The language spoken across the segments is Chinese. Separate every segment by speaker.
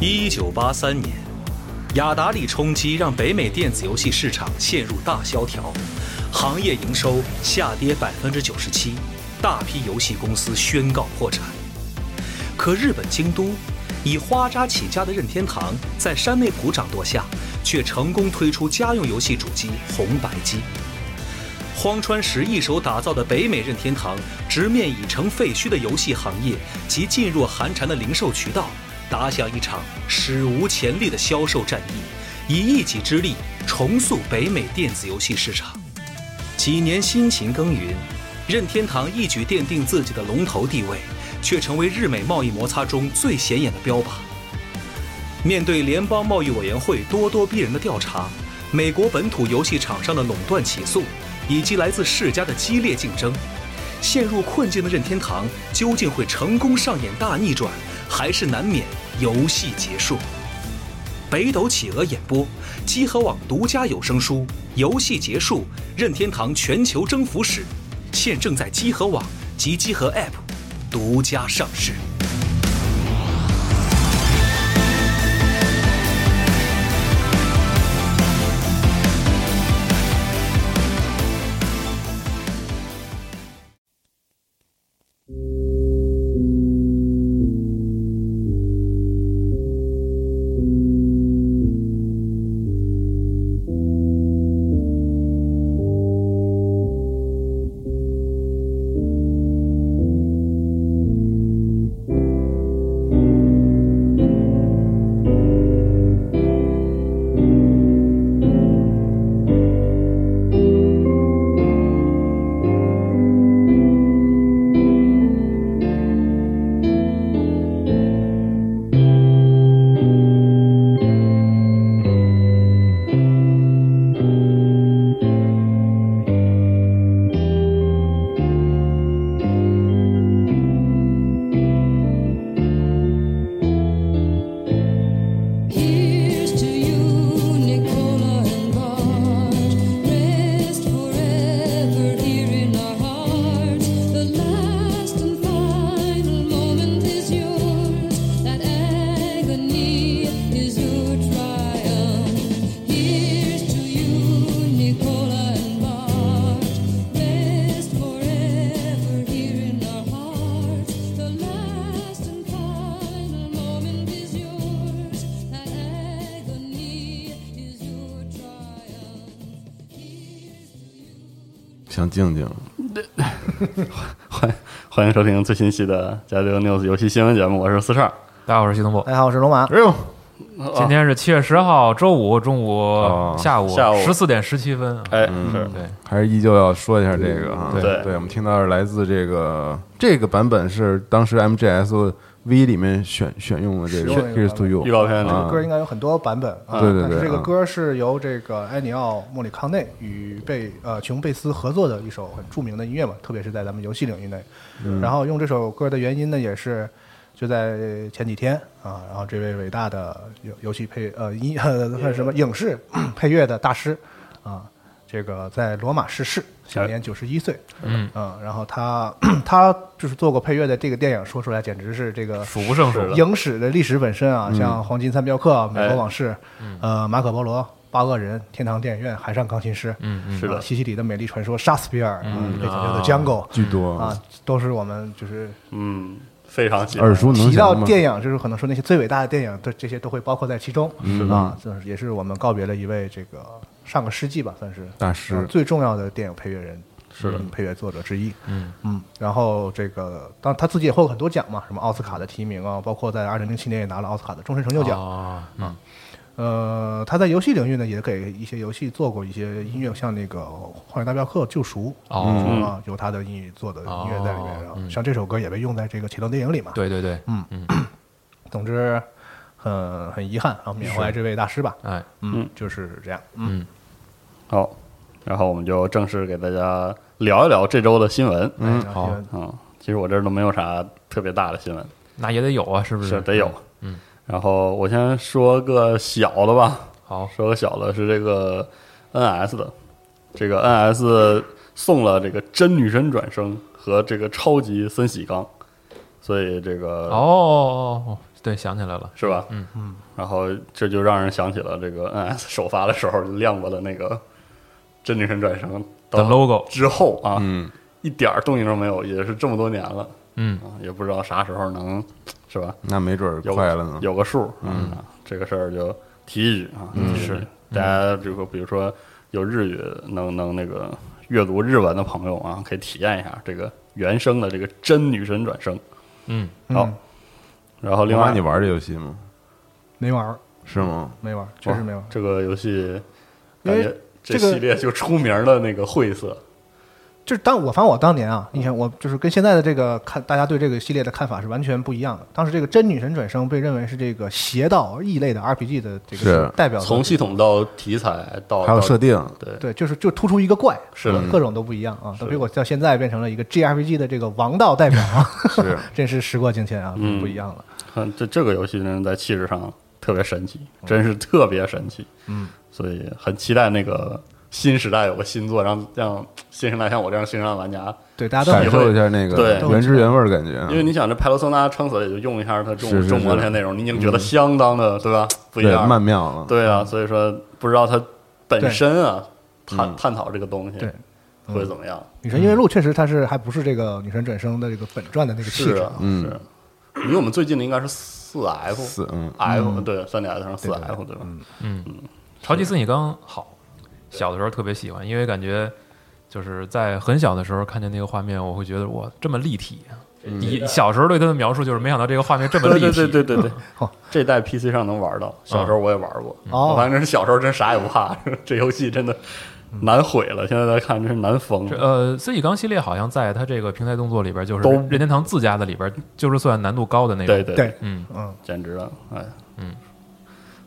Speaker 1: 一九八三年，雅达利冲击让北美电子游戏市场陷入大萧条，行业营收下跌百分之九十七，大批游戏公司宣告破产。可日本京都，以花渣起家的任天堂在山内鼓掌舵下，却成功推出家用游戏主机红白机。荒川石一手打造的北美任天堂，直面已成废墟的游戏行业及噤若寒蝉的零售渠道，打响一场史无前例的销售战役，以一己之力重塑北美电子游戏市场。几年辛勤耕耘，任天堂一举奠定自己的龙头地位，却成为日美贸易摩擦中最显眼的标靶。面对联邦贸易委员会咄咄逼人的调查，美国本土游戏厂商的垄断起诉，以及来自世家的激烈竞争，陷入困境的任天堂究竟会成功上演大逆转，还是难免游戏结束？北斗企鹅演播，积禾网独家有声书《游戏结束：任天堂全球征服史》，现正在积禾网及积禾 App 独家上市。
Speaker 2: Here's to you, Nicola and Bart. Rest forever here in our hearts. The last and final moment is yours. That agony is your triumph. Here's to you, Nicola and Bart. Rest forever here in our hearts. The last and final moment is yours. That agony is your triumph. Here's to you.
Speaker 3: 想静静，
Speaker 4: 欢欢迎收听最新期的《加六 news》游戏新闻节目，我是四十二。
Speaker 5: 大家好，我是西东部。
Speaker 4: 嗯
Speaker 6: 大家好，我是龙马。
Speaker 3: 哎呦，
Speaker 4: 哦
Speaker 5: 今天是七月十号，周五中
Speaker 3: 哦
Speaker 5: 午下午
Speaker 4: 下午
Speaker 5: 十四点十七分啊。
Speaker 4: 哎，
Speaker 3: 嗯
Speaker 4: 是
Speaker 5: 对，
Speaker 3: 还是依旧要说一下这个哈。
Speaker 4: 对
Speaker 3: 对我们听到是来自这个这个版本是当时 MGS V 里面选选用的这个
Speaker 6: 使用的
Speaker 3: Here's to You
Speaker 4: 预告片里
Speaker 3: 啊
Speaker 6: 歌应该有很多版本啊，
Speaker 3: 对对对
Speaker 6: 但是这
Speaker 3: 啊
Speaker 6: 个歌是由这个埃尼奥·莫里康内与贝呃琼贝斯合作的一首很著名的音乐嘛，特别是在咱们游戏领域内。
Speaker 3: 嗯
Speaker 6: 然后用这首歌的原因呢，也是就在前几天啊，然后这位伟大的游游戏配呃音呃
Speaker 3: 嗯
Speaker 6: 什么影视 配乐的大师啊，这个在罗马逝世，享
Speaker 3: 哎
Speaker 6: 年九十一岁。
Speaker 5: 嗯，
Speaker 6: 嗯，然后他 他就是做过配乐的这个电影，说出来简直是这个
Speaker 5: 数不胜数。
Speaker 6: 影史的历史本身啊，像《黄金三镖客》《美国往事》呃，《马可波罗》《八恶人》《天堂电影院》《海上钢琴师》
Speaker 5: 嗯嗯，
Speaker 4: 是
Speaker 6: 啊
Speaker 4: 的，
Speaker 6: 西西里的美丽传说》《杀死比尔》嗯，背景叫做《Django
Speaker 3: 居》多
Speaker 6: 啊，，都是我们就是
Speaker 4: 嗯，非常喜欢
Speaker 3: 耳熟能
Speaker 6: 提到
Speaker 3: 详吗？
Speaker 6: 电影，就是可能说那些最伟大的电影，这这些都会包括在其中
Speaker 3: 嗯
Speaker 6: 啊，就是也是我们告别了一位这个上个世纪吧，算是
Speaker 3: 大师
Speaker 6: 呃最重要的电影配乐人。
Speaker 4: 是的
Speaker 6: 嗯配乐作者之一，
Speaker 5: 嗯
Speaker 6: 嗯，然后这个，当然他自己也获过很多奖嘛，什么奥斯卡的提名啊，包括在二零零七年也拿了奥斯卡的终身成就奖。
Speaker 5: 哦，嗯
Speaker 6: 呃，他在游戏领域呢，也给一些游戏做过一些音乐，像那个《荒野大镖客：救赎》
Speaker 5: 哦，
Speaker 4: 嗯
Speaker 6: 啊，有他的音乐做的音乐在里面。
Speaker 5: 哦
Speaker 6: 然后
Speaker 5: 嗯
Speaker 6: 像这首歌也被用在这个《启动电影》里嘛。，
Speaker 5: 对对对，
Speaker 6: 嗯
Speaker 5: 嗯，
Speaker 6: 总之很很遗憾啊，缅怀这位大师吧。
Speaker 5: 哎，
Speaker 6: 嗯，就是这样。嗯，
Speaker 5: 嗯，
Speaker 4: 好，然后我们就正式给大家聊一聊这周的新闻。
Speaker 6: 嗯，
Speaker 5: 好
Speaker 4: 嗯，其实我这儿都没有啥特别大的新闻，
Speaker 5: 那也得有啊，是不
Speaker 4: 得有。
Speaker 5: 嗯，
Speaker 4: 然后我先说个小的吧，
Speaker 5: 好，
Speaker 4: 说个小的是这个 NS 的，这个 NS 送了这个真女神转生和这个超级森喜刚，所以这个
Speaker 5: 哦哦哦，哦对，想起来了，
Speaker 4: 是吧？嗯嗯。然后这就让人想起了这个 NS 首发的时候就亮过的那个真女神转生
Speaker 5: 的
Speaker 4: 到
Speaker 5: logo，
Speaker 4: 之后啊，
Speaker 3: 嗯，
Speaker 4: 一点儿动静都没有，也是这么多年了
Speaker 5: 嗯，
Speaker 4: 啊，也不知道啥时候能是吧？
Speaker 3: 那没准儿
Speaker 4: 有
Speaker 3: 快了呢。
Speaker 4: 有个数，嗯，这个事儿就提一句啊，嗯，是大家比如说，比如说有日语能能那个阅读日文的朋友啊，可以体验一下这个原声的这个真女神转生，
Speaker 5: 嗯，
Speaker 4: 好
Speaker 6: 嗯，
Speaker 4: 然后另
Speaker 3: 另
Speaker 4: 外
Speaker 3: 外，你玩儿这游戏吗？
Speaker 6: 没玩儿，
Speaker 3: 是吗？
Speaker 6: 没玩儿，确实没玩
Speaker 4: 哇
Speaker 6: 儿。
Speaker 4: 这个游戏，
Speaker 6: 因
Speaker 4: 感
Speaker 6: 为
Speaker 4: 觉这
Speaker 6: 这个
Speaker 4: 系列就出名的那个晦涩，
Speaker 6: 就是当我反正我当年啊，你看我就是跟现在的这个看大家对这个系列的看法是完全不一样的。当时这个真女神转生被认为是这个邪道异类的 RPG 的这
Speaker 3: 是
Speaker 6: 个代表作
Speaker 4: 从系统到题材到
Speaker 3: 还有
Speaker 4: 到
Speaker 3: 设定，
Speaker 4: 对
Speaker 6: 对，就是就突出一个怪，
Speaker 4: 是的
Speaker 6: 各种都不一样啊，都比我到现在变成了一个 JRPG 的这个王道代表啊，
Speaker 3: 是
Speaker 6: 真是时过境迁啊，
Speaker 4: 嗯
Speaker 6: 不一样了。
Speaker 4: 看这这个游戏呢，在气质上特别神奇，
Speaker 3: 嗯
Speaker 4: 真是特别神奇。嗯，所以很期待那个新时代有个新作，让让新时代像我这样新时代玩家，
Speaker 6: 对，大家都
Speaker 3: 感
Speaker 6: 很
Speaker 3: 受一下那个
Speaker 4: 对
Speaker 3: 原汁原味儿的感觉啊。
Speaker 4: 因为你想这派罗索纳撑死了也就用一下它重
Speaker 3: 是是是嗯
Speaker 4: 重魔那些内容，你已经觉得相当的对吧？不一
Speaker 3: 对嗯
Speaker 4: 样，
Speaker 3: 曼妙了，
Speaker 4: 对啊，所以说不知道它本身啊探
Speaker 3: 嗯
Speaker 4: 探讨这个东西
Speaker 6: 对
Speaker 4: 会怎么样？
Speaker 6: 女神异闻录确实它是还不是这个女神转生的这个本传的那个
Speaker 4: 是
Speaker 6: 气质
Speaker 4: 啊
Speaker 6: 啊，，
Speaker 3: 嗯
Speaker 4: 是。因为我们最近的应该是四 F
Speaker 3: 四嗯
Speaker 4: F 对三 DS 上四
Speaker 6: 对对
Speaker 4: F 对吧？
Speaker 5: 嗯
Speaker 4: 嗯
Speaker 5: 超级四你刚好，小的时候特别喜欢，因为感觉就是在很小的时候看见那个画面，我会觉得哇，这么立体。啊你小时候对它的描述就是没想到这个画面这么
Speaker 4: 对
Speaker 5: 立体，
Speaker 4: 嗯对对对对 对
Speaker 6: 好，
Speaker 4: 这代 PC 上能玩到，小
Speaker 3: 嗯
Speaker 4: 时候我也玩过。
Speaker 6: 哦
Speaker 4: 我反正是小时候真啥也不怕，这游戏真的
Speaker 3: 嗯
Speaker 4: 难毁了。现在来看真是难疯
Speaker 5: 这。呃，四喜刚系列好像在它这个平台动作里边，就是
Speaker 4: 都
Speaker 5: 任天堂自家的里边，就是算难度高的那种。
Speaker 4: 对对
Speaker 6: 对，
Speaker 5: 嗯，
Speaker 6: 嗯，
Speaker 4: 简直了，哎，嗯，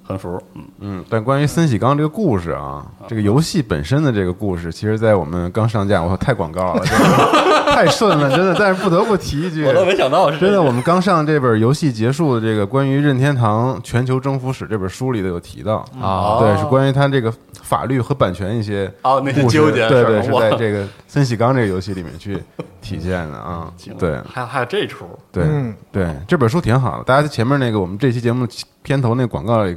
Speaker 4: 很服，嗯，
Speaker 3: 嗯。但关于森喜刚这个故事啊，这个游戏本身的这个故事，其实，在我们刚上架，我靠，太广告了，真的太顺了，真的。但是不得不提一句
Speaker 4: 我，都没想到是
Speaker 3: 真的，我们刚上这本游戏结束的这个关于任天堂全球征服史这本书里头有提到
Speaker 4: 嗯
Speaker 5: 啊
Speaker 3: 对，是关于他这个法律和版权一些
Speaker 4: 哦那些
Speaker 3: 故事
Speaker 4: 纠结的
Speaker 3: 对
Speaker 4: 事儿
Speaker 3: 对，是
Speaker 4: 哇
Speaker 3: 在这个森喜刚这个游戏里面去体现的啊， 对。
Speaker 4: 还有还有这出，
Speaker 3: 对、
Speaker 6: 嗯
Speaker 3: 对，这本书挺好的。大家前面那个我们这期节目片头那广告也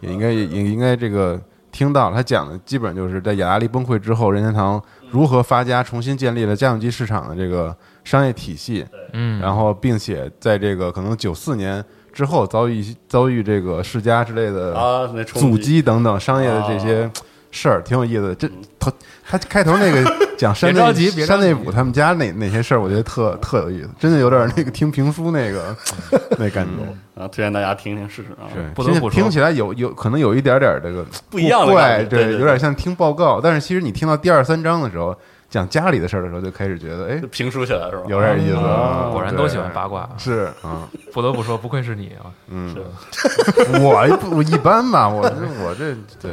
Speaker 3: 也应该也也应该这个听到了，他讲的基本就是在雅达利崩溃之后，任天堂如何发家，重新建立了家用机市场的这个商业体系。
Speaker 5: 嗯，
Speaker 3: 然后并且在这个可能九四年之后遭遇遭遇这个世家之类的
Speaker 4: 啊那冲击
Speaker 3: 阻击等等商业的这
Speaker 5: 啊
Speaker 3: 些事儿，挺有意思的。这头他开头那 个讲山
Speaker 5: 别着
Speaker 3: 内
Speaker 5: 急别着急
Speaker 3: 山内补他们家那那些事儿，我觉得特特有意思，真的有点那个听评书那 个那感觉。
Speaker 4: 啊，推荐大家听听试试啊，
Speaker 3: 对，
Speaker 5: 嗯不得
Speaker 3: 听
Speaker 5: 不说
Speaker 3: 听起来有有可能有一点点 这个
Speaker 4: 不一样的
Speaker 3: 怪，
Speaker 4: 感觉对对对
Speaker 3: 有点像听报告。但是其实你听到第二三章的时候，讲家里的事儿的时候，就开始觉得哎
Speaker 4: 就，评书起来是吧？
Speaker 3: 有点意思啊。
Speaker 5: 嗯果然
Speaker 3: 对
Speaker 5: 都喜欢八卦。
Speaker 3: 是啊。
Speaker 5: 不得不说，不愧是你啊！
Speaker 3: 我一不我一般吧，我这我这对，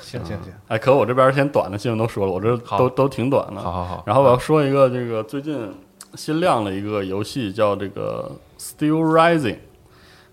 Speaker 6: 行行行，
Speaker 4: 哎，可我这边先短的新闻都说了，我这
Speaker 5: 好
Speaker 4: 都都挺短的。
Speaker 5: 好好好
Speaker 3: 嗯
Speaker 4: 然后我要说一个这个最近新亮了一个游戏，叫这个《Still Rising》，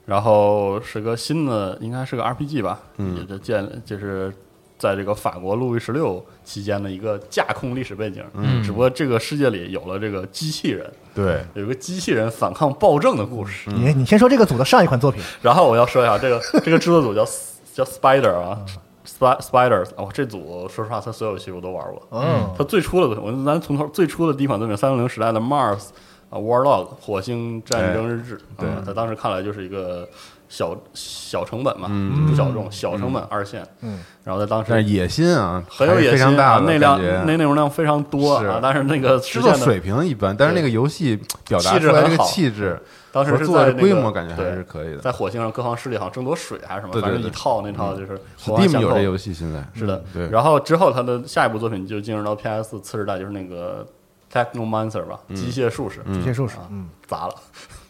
Speaker 4: 然后是个新的，应该是个 RPG 吧，嗯，也就建就是在这个法国路易十六期间的一个架空历史背景，嗯，只不过这个世界里有了这个机器人，
Speaker 3: 对，
Speaker 4: 有一个机器人反抗暴政的故事。
Speaker 6: 嗯你你先说这个组的上一款作品，
Speaker 4: 然后我要说一下，这个这个制作组叫 S- 叫 Spider 啊，Spi-，Spiders，哦，这组说实话，他所有游戏我都玩过。
Speaker 6: 嗯，
Speaker 4: 他最初的，我咱从头最初的第一款作品，三六零时代的 Mars 啊，Warlog 火星战争日志，
Speaker 3: 哎对
Speaker 4: 啊，在当时看来就是一个小小成本嘛，不小众，小成本二线，嗯，然后在当
Speaker 3: 嗯但是
Speaker 4: 时
Speaker 3: 野心啊，
Speaker 4: 很有
Speaker 3: 还是
Speaker 4: 野
Speaker 3: 非
Speaker 4: 心
Speaker 3: 常大
Speaker 4: 啊，
Speaker 3: 的
Speaker 4: 内
Speaker 3: 量
Speaker 4: 量内内容量非常多
Speaker 3: 是
Speaker 4: 啊，但是那个实
Speaker 3: 制作
Speaker 4: 现的
Speaker 3: 水平一般，但是那个游戏表达
Speaker 4: 气质
Speaker 3: 出来
Speaker 4: 很
Speaker 3: 这个
Speaker 4: 好
Speaker 3: 气质，
Speaker 4: 当时
Speaker 3: 和
Speaker 4: 是
Speaker 3: 做
Speaker 4: 在
Speaker 3: 的
Speaker 4: 那个
Speaker 3: 规模感觉还
Speaker 4: 对
Speaker 3: 是可以的
Speaker 4: 在火星上各方势力好像争夺水还是什么，
Speaker 3: 对对
Speaker 4: 反正
Speaker 3: 对嗯
Speaker 4: 一套那套就是环环
Speaker 3: Steam
Speaker 4: 相
Speaker 3: 有
Speaker 4: 扣
Speaker 3: 这游戏现在嗯
Speaker 4: 是的，
Speaker 3: 对
Speaker 4: 然后之后他的下一部作品就进入到 PS 次世代，就是那个 Technomancer 吧，
Speaker 3: 嗯
Speaker 4: 机械术士，
Speaker 6: 机械术士，嗯，
Speaker 4: 砸了，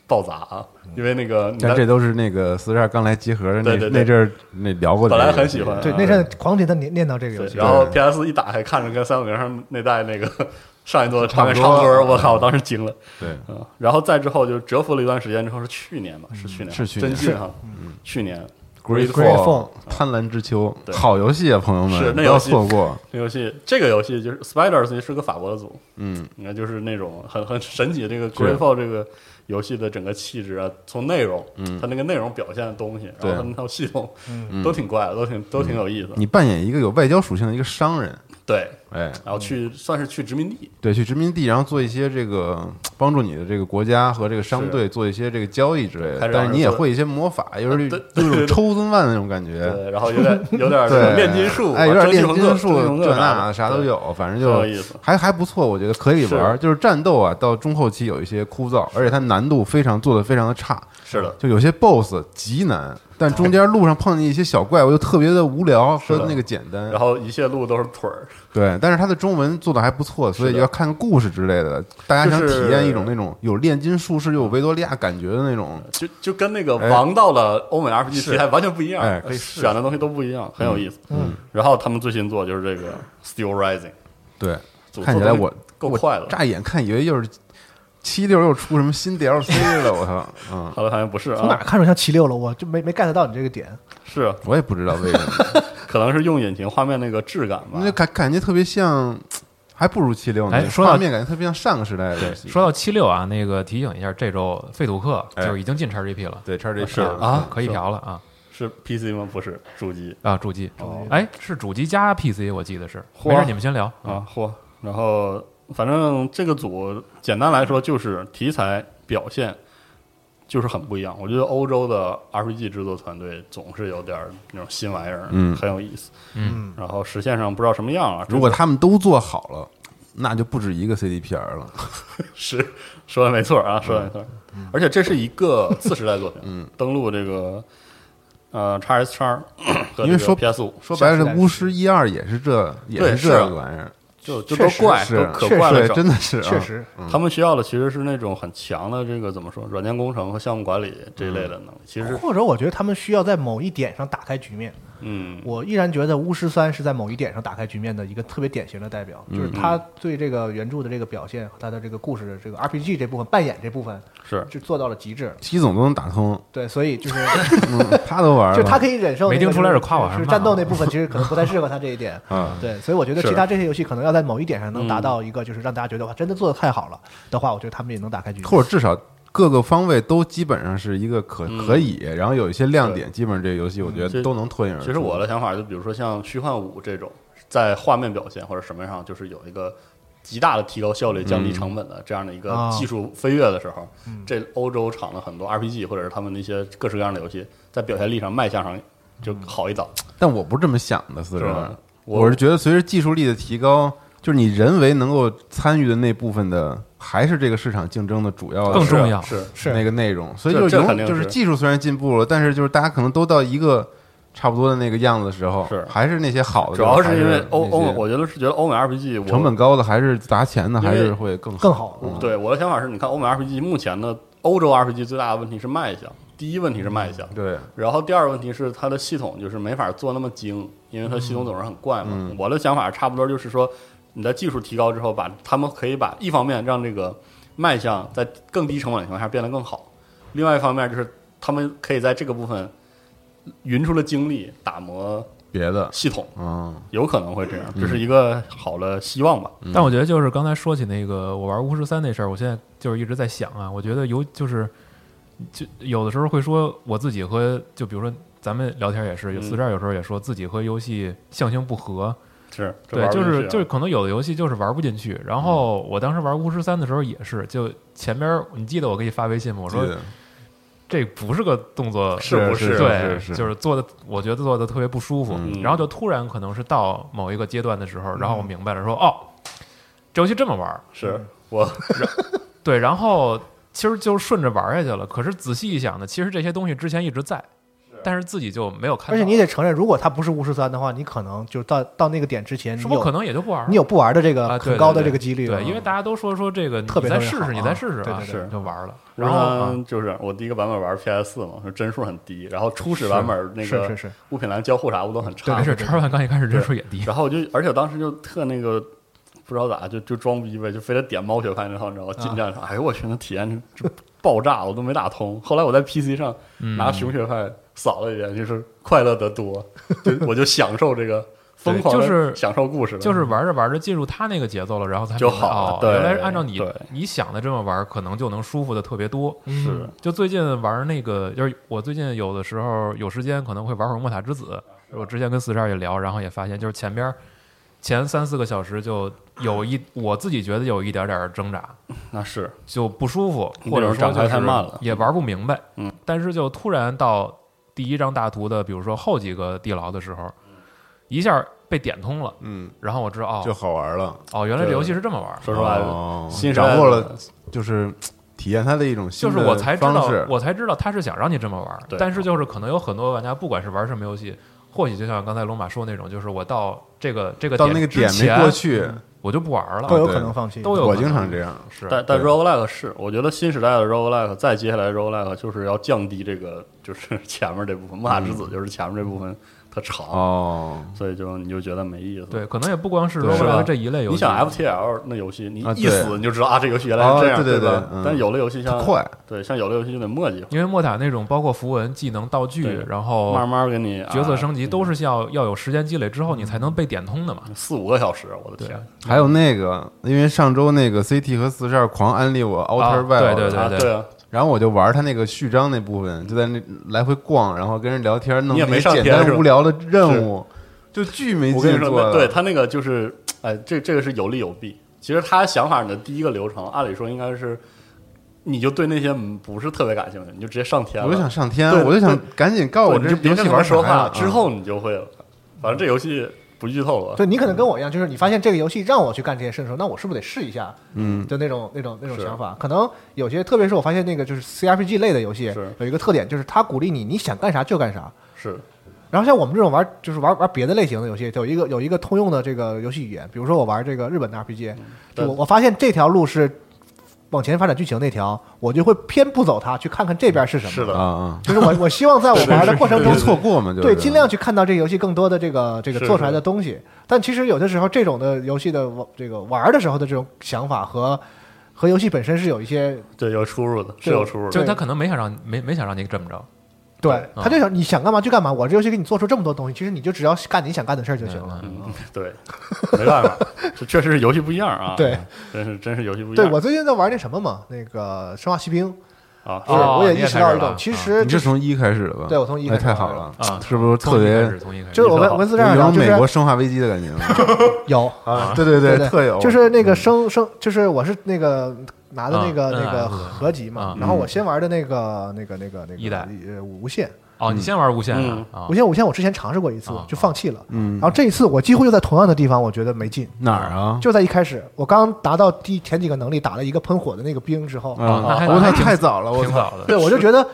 Speaker 4: 爆砸啊！因为那个你
Speaker 3: 嗯但
Speaker 4: 在
Speaker 3: 这都是那个四十二刚来集合的那
Speaker 4: 对对对
Speaker 3: 那阵儿那聊过这
Speaker 4: 本
Speaker 3: 个游
Speaker 4: 来
Speaker 3: 戏，
Speaker 4: 很喜欢，
Speaker 6: 对，
Speaker 4: 啊
Speaker 6: 那阵狂给他念念叨这个游
Speaker 4: 对
Speaker 6: 戏，
Speaker 4: 然后 PS 一打开，看着跟三五零上那代那个 上一座场景
Speaker 3: 差
Speaker 4: 差
Speaker 3: 不
Speaker 4: 不
Speaker 3: 多
Speaker 4: 多儿，我靠，我当时惊了。
Speaker 3: 对，
Speaker 4: 嗯，然后再之后就蛰伏了一段时间之后是去年吧，是去年，
Speaker 3: 是去
Speaker 4: 真
Speaker 3: 年
Speaker 4: 近哈，去年
Speaker 3: Great
Speaker 6: Great
Speaker 3: Fall
Speaker 6: Fall 嗯
Speaker 3: 贪婪之秋，
Speaker 4: 对
Speaker 3: 好游戏啊，朋友
Speaker 4: 是
Speaker 3: 们，不
Speaker 4: 那
Speaker 3: 要
Speaker 4: 游戏
Speaker 3: 错过。
Speaker 4: 这游戏，这个游戏就是 Spiders 是个法国的组，
Speaker 3: 嗯，
Speaker 4: 你看就是那种很很神奇，这个 Greatfall 这个游戏的整个气质啊，从内容，嗯，它那个内容表现的东西，然
Speaker 3: 对嗯
Speaker 4: 后它那套系统，都挺怪的，都挺都挺有意思的，
Speaker 3: 你扮演一个有外交属性的一个商人，
Speaker 4: 对，
Speaker 3: 哎，
Speaker 4: 然后去算是去殖民地，
Speaker 3: 对，去殖民地，然后做一些这个帮助你的这个国家和这个商
Speaker 4: 是
Speaker 3: 队做一些这个交易之类的
Speaker 4: 开，始
Speaker 3: 但是
Speaker 4: 让
Speaker 3: 你也
Speaker 4: 人做啊
Speaker 3: 会一些魔法，有点
Speaker 4: 对
Speaker 3: 有种
Speaker 4: 对对
Speaker 3: 抽孙万的那种感觉，
Speaker 4: 对，呃然后有点有点这
Speaker 3: 对，
Speaker 4: 个炼金术，
Speaker 3: 哎，有点
Speaker 4: 蒸汽
Speaker 3: 炼
Speaker 4: 朋克
Speaker 3: 金
Speaker 4: 蒸汽
Speaker 3: 术
Speaker 4: 朋克
Speaker 3: 这
Speaker 4: 啥
Speaker 3: 那啊
Speaker 4: 的
Speaker 3: 啥都
Speaker 4: 对
Speaker 3: 有，反正
Speaker 4: 很有
Speaker 3: 就
Speaker 4: 意思
Speaker 3: 还还不错，我觉得可以玩儿。
Speaker 4: 是
Speaker 3: 就是战斗啊，到中后期有一些枯燥，而且它难度非常做的非常的差，
Speaker 4: 是的，
Speaker 3: 就有些 BOSS 极难，但中间路上碰见一些小怪物又特别的无聊和
Speaker 4: 哎是的
Speaker 3: 那个简单，
Speaker 4: 然后一切路都是腿儿，
Speaker 3: 对，但是它的中文做的还不错，所以
Speaker 4: 是的
Speaker 3: 要看故事之类的，大家想
Speaker 4: 就是
Speaker 3: 体验一种那种有炼金术士又有维多利亚感觉的那种，
Speaker 4: 就就跟那个
Speaker 3: 哎
Speaker 4: 王道的欧美 RPG 题材完全不一样，呃
Speaker 3: 哎可以试
Speaker 4: 选的东西都不一样，很有意思。嗯，然后他们最新做就是这个 Steel Rising，
Speaker 3: 对，
Speaker 4: 组
Speaker 3: 看起来我
Speaker 4: 够快了。
Speaker 3: 乍眼看以为又是七六又出什么新 DLC 了，我操，嗯，
Speaker 4: 后来发现不是
Speaker 6: 从哪
Speaker 4: 啊，
Speaker 6: 看出像七六了？我就没没 get 到你这个点。
Speaker 4: 是
Speaker 3: 我也不知道为什么，
Speaker 4: 可能是用引擎画面那个质感吧
Speaker 3: 那。就 感感觉特别像，还不如七六呢，
Speaker 5: 哎说到
Speaker 3: 画面感觉特别像上个时代的游戏，
Speaker 5: 说到七六啊，那个提醒一下，这周废土克就是已经进 XGP 了，
Speaker 3: 哎对，叉 G
Speaker 4: 是
Speaker 5: 啊，可以调了啊
Speaker 4: 是 PC 吗？不是，主机
Speaker 5: 啊，主机
Speaker 4: 哦，
Speaker 5: 哎，是主机加 PC，我记得是。
Speaker 4: 嚯
Speaker 5: 没事，你们先聊啊。
Speaker 3: 嗯
Speaker 4: 啊，嚯！然后反正这个组简单来说就是题材表现就是很不一样。我觉得欧洲的 RPG 制作团队总是有点儿那种新玩意儿，
Speaker 3: 嗯
Speaker 4: 很有意思。
Speaker 5: 嗯，
Speaker 4: 然后实现上不知道什么样啊。
Speaker 3: 如果他们都做好了，那就不止一个 CDPR 了，
Speaker 4: 是说的没错啊，说的没错。
Speaker 3: 嗯
Speaker 4: 而且这是一个次时代作品，登录这个呃 x S 叉，
Speaker 3: 因为说
Speaker 4: PS 五
Speaker 3: 说白了，这巫师一二也是这也
Speaker 4: 对
Speaker 3: 是
Speaker 4: 是啊
Speaker 3: 这个玩意儿，
Speaker 4: 就就
Speaker 6: 确
Speaker 4: 都
Speaker 6: 实
Speaker 4: 怪
Speaker 3: 是
Speaker 4: 都可
Speaker 6: 确
Speaker 4: 怪
Speaker 6: 实
Speaker 3: 对，
Speaker 4: 了整，
Speaker 3: 真的是啊
Speaker 6: 嗯确实，
Speaker 4: 他们需要的其实是那种很强的这个怎么说，软件工程和项目管理这一类的能力。其实，
Speaker 6: 或者我觉得他们需要在某一点上打开局面。
Speaker 4: 嗯，
Speaker 6: 我依然觉得《巫师三》是在某一点上打开局面的一个特别典型的代表，就是他对这个原著的这个表现和他的这个故事的这个 RPG 这部分扮演这部分
Speaker 4: 是
Speaker 6: 就做到了极致。
Speaker 3: 七总都能打通，
Speaker 6: 对，所以就是
Speaker 3: 嗯，他都玩了，
Speaker 6: 就他可以忍受那个
Speaker 5: 没听出来是夸我还是嗯
Speaker 6: 是
Speaker 5: 骂我
Speaker 6: 战斗那部分，其实可能不太适合他这 一点。
Speaker 3: 啊，
Speaker 6: 对，所以我觉得
Speaker 4: 是
Speaker 6: 其他这些游戏可能要在某一点上能达
Speaker 5: 嗯
Speaker 6: 到一个，就是让大家觉得哇，真的做的太好了的话，我觉得他们也能打开局面。
Speaker 3: 或者至少各个方位都基本上是一个可
Speaker 4: 嗯
Speaker 3: 可以，然后有一些亮点，基本上这个游戏我觉
Speaker 4: 其
Speaker 3: 得
Speaker 4: 实
Speaker 3: 都能脱颖而出。
Speaker 4: 其实我的想法就比如说像虚幻五这种，在画面表现或者什么上，就是有一个极大的提高效率、降低成本的这样的一个
Speaker 6: 啊
Speaker 4: 技术飞跃的时候，这欧洲厂的很多 RPG 或者是他们那些各式各样的游戏，在表现力上、卖相上就好一档，
Speaker 3: 但我不是这么想的，思
Speaker 4: 是吧
Speaker 3: 哲，？
Speaker 4: 我
Speaker 3: 我是觉得随着技术力的提高，就是你人为能够参与的那部分的，还是这个市场竞争的主要的
Speaker 5: 更重要
Speaker 4: 是
Speaker 6: 是
Speaker 3: 那个内容。所以
Speaker 4: 这
Speaker 3: 就
Speaker 4: 这
Speaker 3: 永
Speaker 4: 肯定
Speaker 3: 就是
Speaker 4: 是
Speaker 3: 技术虽然进步了，但是就是大家可能都到一个差不多的那个样子的时候，
Speaker 4: 是
Speaker 3: 还是那些好的，
Speaker 4: 主要
Speaker 3: 还
Speaker 4: 是
Speaker 3: 是
Speaker 4: 因为欧欧
Speaker 3: 那
Speaker 4: 美，
Speaker 3: 些
Speaker 4: 我觉得是觉得欧美 RPG 我
Speaker 3: 成本高的，还是砸钱的，
Speaker 4: 因为
Speaker 3: 还是会更
Speaker 6: 更好
Speaker 3: 嗯
Speaker 4: 对我的想法是，你看欧美 RPG 目前的欧洲 RPG 最大的问题是卖相，第一问题是卖相，
Speaker 3: 对，
Speaker 4: 然后第二个问题是它的系统就是没法做那么精，因为它系统总是很怪嘛。我的想法差不多就是说，你在技术提高之后把，他们可以把一方面让这个卖相在更低成本的情况下变得更好，另外一方面就是他们可以在这个部分匀出了精力打磨
Speaker 3: 别的，
Speaker 4: 系统，
Speaker 3: 嗯，
Speaker 4: 有可能会这样，这是一个好的希望吧。
Speaker 5: 但我觉得就是刚才说起那个我玩巫师三那事儿，我现在就是一直在想啊，我觉得有就是就有的时候会说我自己和就比如说咱们聊天也是，有
Speaker 4: 嗯
Speaker 5: 四十二有时候也说自己和游戏性性不合，
Speaker 4: 是，这
Speaker 5: 对，
Speaker 4: 玩儿
Speaker 5: 就
Speaker 4: 游戏
Speaker 5: 是
Speaker 4: 啊
Speaker 5: 就是可能有的游戏就是玩不进去。然后我当时玩巫师三的时候也是，就前边儿你记得我给你发微信吗？我说
Speaker 3: 记得
Speaker 5: 这不是个动作，
Speaker 4: 是不
Speaker 3: 是
Speaker 5: 对，
Speaker 3: 是是
Speaker 5: 就是做的，我觉得做的特别不舒服。
Speaker 4: 嗯
Speaker 5: 然后就突然可能是到某一个阶段的时候，然后我明白了说，哦，这游戏这么玩儿，
Speaker 4: 是我
Speaker 5: 对，然后其实就顺着玩下去了。可是仔细一想呢，其实这些东西之前一直在，
Speaker 4: 啊
Speaker 5: 但是自己就没有看到，
Speaker 6: 而且你得承认，如果它不是巫师三的话，你可能就到到那个点之前，你
Speaker 5: 是不是可
Speaker 6: 有
Speaker 5: 能也就不玩儿了
Speaker 6: 你有不玩的这
Speaker 5: 啊
Speaker 6: 个
Speaker 5: 对
Speaker 6: 很高的
Speaker 5: 对对
Speaker 6: 这个几率了。嗯
Speaker 5: 对，因为大家都说说这个，你
Speaker 6: 特别
Speaker 5: 再
Speaker 6: 特别
Speaker 5: 试
Speaker 6: 好
Speaker 5: 试，你
Speaker 6: 啊
Speaker 5: 再试试啊，
Speaker 6: 对对对
Speaker 5: 是就玩了。
Speaker 4: 然
Speaker 5: 然后啊
Speaker 4: 后嗯就是我第一个版本玩 PS 四嘛，是帧数很低，然后初始版本那
Speaker 6: 是
Speaker 4: 个
Speaker 6: 是是
Speaker 4: 物品栏交互啥物都很差，
Speaker 5: 没事，叉 one 刚一开始帧数也低，
Speaker 4: 然后我就，而且我当时就特那个，
Speaker 5: 啊
Speaker 4: 不知道咋就就装逼呗，就非得点猫血派那套，你知道吗？进战场，哎呦我去，那体验这这爆炸，我都没打通。后来我在 PC 上
Speaker 5: 嗯
Speaker 4: 拿熊血派扫了一遍，就是快乐的多，就我就享受这个疯狂，
Speaker 5: 就是
Speaker 4: 享受故事了，
Speaker 5: 就是玩着玩着进入他那个节奏了，然后才
Speaker 4: 就
Speaker 5: 明白
Speaker 4: 好了
Speaker 5: 哦
Speaker 4: 对
Speaker 5: 原来是按照你
Speaker 4: 对
Speaker 5: 你想的这么玩，可能就能舒服的特别多。
Speaker 4: 是
Speaker 5: 就最近玩那个，就是我最近有的时候有时间可能会玩会儿《莫塔之子》，我之前跟四十二也聊，然后也发现就是前边儿前三四个小时就有一我自己觉得有一点点儿挣扎，
Speaker 4: 那是
Speaker 5: 就不舒服，
Speaker 4: 那种
Speaker 5: 或者说
Speaker 4: 展
Speaker 5: 就是
Speaker 4: 开太慢了
Speaker 5: 也玩不明白。
Speaker 4: 嗯，
Speaker 5: 但是就突然到第一张大图的，比如说后几个地牢的时候，一下被点通了，
Speaker 3: 嗯，
Speaker 5: 然后我知道
Speaker 3: 就
Speaker 5: 哦
Speaker 3: 好玩了。
Speaker 5: 哦，原来这游戏是这么玩儿，
Speaker 4: 说实话，
Speaker 3: 哦
Speaker 4: 新时代
Speaker 3: 掌握了
Speaker 4: 的，
Speaker 3: 就是体验它的一种
Speaker 5: 就
Speaker 3: 新
Speaker 5: 是
Speaker 3: 的
Speaker 5: 我才知
Speaker 3: 方
Speaker 5: 道
Speaker 3: 式，。
Speaker 5: 我才知道他是想让你这么玩儿
Speaker 4: 对。
Speaker 5: 但是就是可能有很多玩家，不管是玩什么游戏，或许就像刚才龙马说那种，就是我到这个这个
Speaker 3: 到那个
Speaker 5: 之前
Speaker 3: 点没过，去，
Speaker 5: 我就不玩儿
Speaker 6: 都
Speaker 5: 了。
Speaker 6: 有
Speaker 3: 对
Speaker 6: 可能放弃，
Speaker 5: 啊都有
Speaker 3: 我
Speaker 5: 可能
Speaker 3: 经常这样。
Speaker 5: 是，
Speaker 4: 但但
Speaker 3: 对
Speaker 4: roguelike 是，我觉得新时代的 roguelike，再接下来的 roguelike 就是要降低这个，就是 前面这部分，木塔之
Speaker 5: 嗯
Speaker 4: 子就是前面这部分它长，
Speaker 3: 哦，
Speaker 4: 所以就你就觉得没意思。
Speaker 5: 对，可能也不光是
Speaker 3: 对
Speaker 5: roguelike
Speaker 4: 是吧
Speaker 5: 这一类游戏。
Speaker 4: 你想 FTL 那游戏，你
Speaker 3: 啊
Speaker 4: 一死
Speaker 3: 对
Speaker 4: 你就知道啊，这游戏原来是这样，
Speaker 3: 哦对对对
Speaker 4: 吧？
Speaker 3: 嗯
Speaker 4: 但有的游戏像
Speaker 3: 快，
Speaker 4: 对，像有的游戏就得磨叽，
Speaker 5: 因为莫塔那种包括符文、技能、道具
Speaker 4: 对，
Speaker 5: 然后
Speaker 4: 慢慢给你啊
Speaker 5: 哦角色升级，都是要要有时间积累之后，你才能被点通的嘛。啊
Speaker 4: 四五个小时，我的天！
Speaker 3: 还有那个，因为上周那个 CT 和四十二狂安利我 Outer
Speaker 5: 啊
Speaker 3: Wild，、
Speaker 5: 对
Speaker 4: 啊，
Speaker 5: 对
Speaker 4: 对啊，
Speaker 3: 然后我就玩他那个序章那部分，就在那来回逛，然后跟人聊天，弄
Speaker 4: 你也没
Speaker 3: 那些
Speaker 4: 上
Speaker 3: 简
Speaker 4: 天是
Speaker 3: 单
Speaker 4: 吧
Speaker 3: 无聊的任务，就巨没
Speaker 4: 我跟
Speaker 3: 劲
Speaker 4: 你说，
Speaker 3: 做
Speaker 4: 那
Speaker 3: 的。
Speaker 4: 对他那个就是，哎，这这个是有利有弊。其实他想法的第一个流程，按理说应该是，你就对那些嗯不是特别感兴趣，你就直接上天了。
Speaker 3: 我就想上天，
Speaker 4: 对
Speaker 3: 我就想
Speaker 4: 对
Speaker 3: 赶紧告诉
Speaker 4: 对
Speaker 3: 我
Speaker 4: 你
Speaker 3: 这
Speaker 4: 就别
Speaker 3: 游
Speaker 4: 跟
Speaker 3: 戏
Speaker 4: 他们
Speaker 3: 玩
Speaker 4: 说
Speaker 3: 啥呀
Speaker 4: 话，之后你就会了。反正这游戏不剧透了。
Speaker 6: 对你可能跟我一样，就是你发现这个游戏让我去干这些事的时候，那我是不是得试一下？嗯，就那种那种那种
Speaker 4: 是
Speaker 6: 想法。可能有些，特别是我发现那个就是 CRPG 类的游戏
Speaker 4: 是，
Speaker 6: 有一个特点就是它鼓励你，你想干啥就干啥。
Speaker 4: 是
Speaker 6: 然后像我们这种玩就是玩玩别的类型的游戏，有一个有一个通用的这个游戏语言，比如说我玩这个日本的 RPG，就
Speaker 4: 对
Speaker 6: 我我发现这条路是往前发展剧情那条，我就会偏不走它，去看看这边是什么。
Speaker 4: 是
Speaker 3: 啊
Speaker 4: 的，
Speaker 3: 啊，
Speaker 6: 就是我我希望在我玩的过程
Speaker 3: 不
Speaker 6: 中
Speaker 3: 要错过嘛，就是
Speaker 6: 对，尽量去看到这个游戏更多的这个这个
Speaker 4: 是
Speaker 6: 做出来的东西。但其实有的时候，这种的游戏的玩这个玩的时候的这种想法和和游戏本身是有一些，
Speaker 4: 对，有出入的，是
Speaker 6: 对
Speaker 4: 有出入
Speaker 5: 就
Speaker 4: 的。
Speaker 5: 是他可能没想让没没想让你这么着，
Speaker 6: 对，
Speaker 5: 嗯
Speaker 6: 他就想你想干嘛就干嘛，我这游戏给你做出这么多东西，其实你就只要干你想干的事儿就行了。
Speaker 4: 嗯，对，没办法，这确实是游戏不一样啊。
Speaker 6: 对，
Speaker 4: 真是真是游戏不一样。
Speaker 6: 对我最近在玩那什么嘛，那个《生化奇兵》，
Speaker 4: 啊，
Speaker 5: 哦
Speaker 6: 我也
Speaker 5: 你
Speaker 6: 意
Speaker 5: 也
Speaker 6: 识
Speaker 5: 开
Speaker 6: 到
Speaker 5: 始
Speaker 6: 一种，
Speaker 5: 了
Speaker 6: 其
Speaker 5: 啊
Speaker 6: 实
Speaker 3: 你
Speaker 6: 就是是
Speaker 3: 从一开始的吧？
Speaker 6: 对我从一
Speaker 3: 哎
Speaker 6: 开始
Speaker 3: 太
Speaker 6: 玩
Speaker 3: 好
Speaker 6: 的
Speaker 3: 了
Speaker 5: 啊
Speaker 3: 是不是特
Speaker 5: 从一开
Speaker 3: 别
Speaker 5: 始从一开始
Speaker 6: 就是
Speaker 4: 你说
Speaker 6: 我文
Speaker 4: 好
Speaker 6: 文字
Speaker 3: 有
Speaker 6: 战
Speaker 3: 一
Speaker 6: 上
Speaker 3: 种
Speaker 6: 就
Speaker 3: 美
Speaker 6: 是
Speaker 3: 国生化危机的感觉
Speaker 6: 有
Speaker 3: 啊？对对
Speaker 6: 对
Speaker 3: 特有，嗯
Speaker 6: 就是那个生生，就是我是那个拿的那个
Speaker 5: 啊
Speaker 6: 那个
Speaker 5: 嗯
Speaker 6: 合集嘛
Speaker 5: 嗯，
Speaker 6: 然后我先玩的那个那个那个那
Speaker 5: 一
Speaker 6: 个
Speaker 5: 代
Speaker 6: 呃无限
Speaker 5: 哦，你先玩无限
Speaker 4: 嗯
Speaker 5: 啊啊
Speaker 6: 无限无限，我之前尝试过一次
Speaker 5: 啊
Speaker 6: 就放弃了，
Speaker 3: 嗯
Speaker 6: 然后这一次我几乎就在同样的地方，我觉得没劲，
Speaker 3: 哪儿啊？
Speaker 6: 就在一开始，我刚达到第前几个能力，打了一个喷火的那个兵之后，
Speaker 5: 啊那还
Speaker 3: 我
Speaker 5: 那还
Speaker 3: 操，
Speaker 5: 挺
Speaker 3: 太早了，我
Speaker 5: 挺
Speaker 3: 操！
Speaker 5: 早的
Speaker 6: 对我就觉得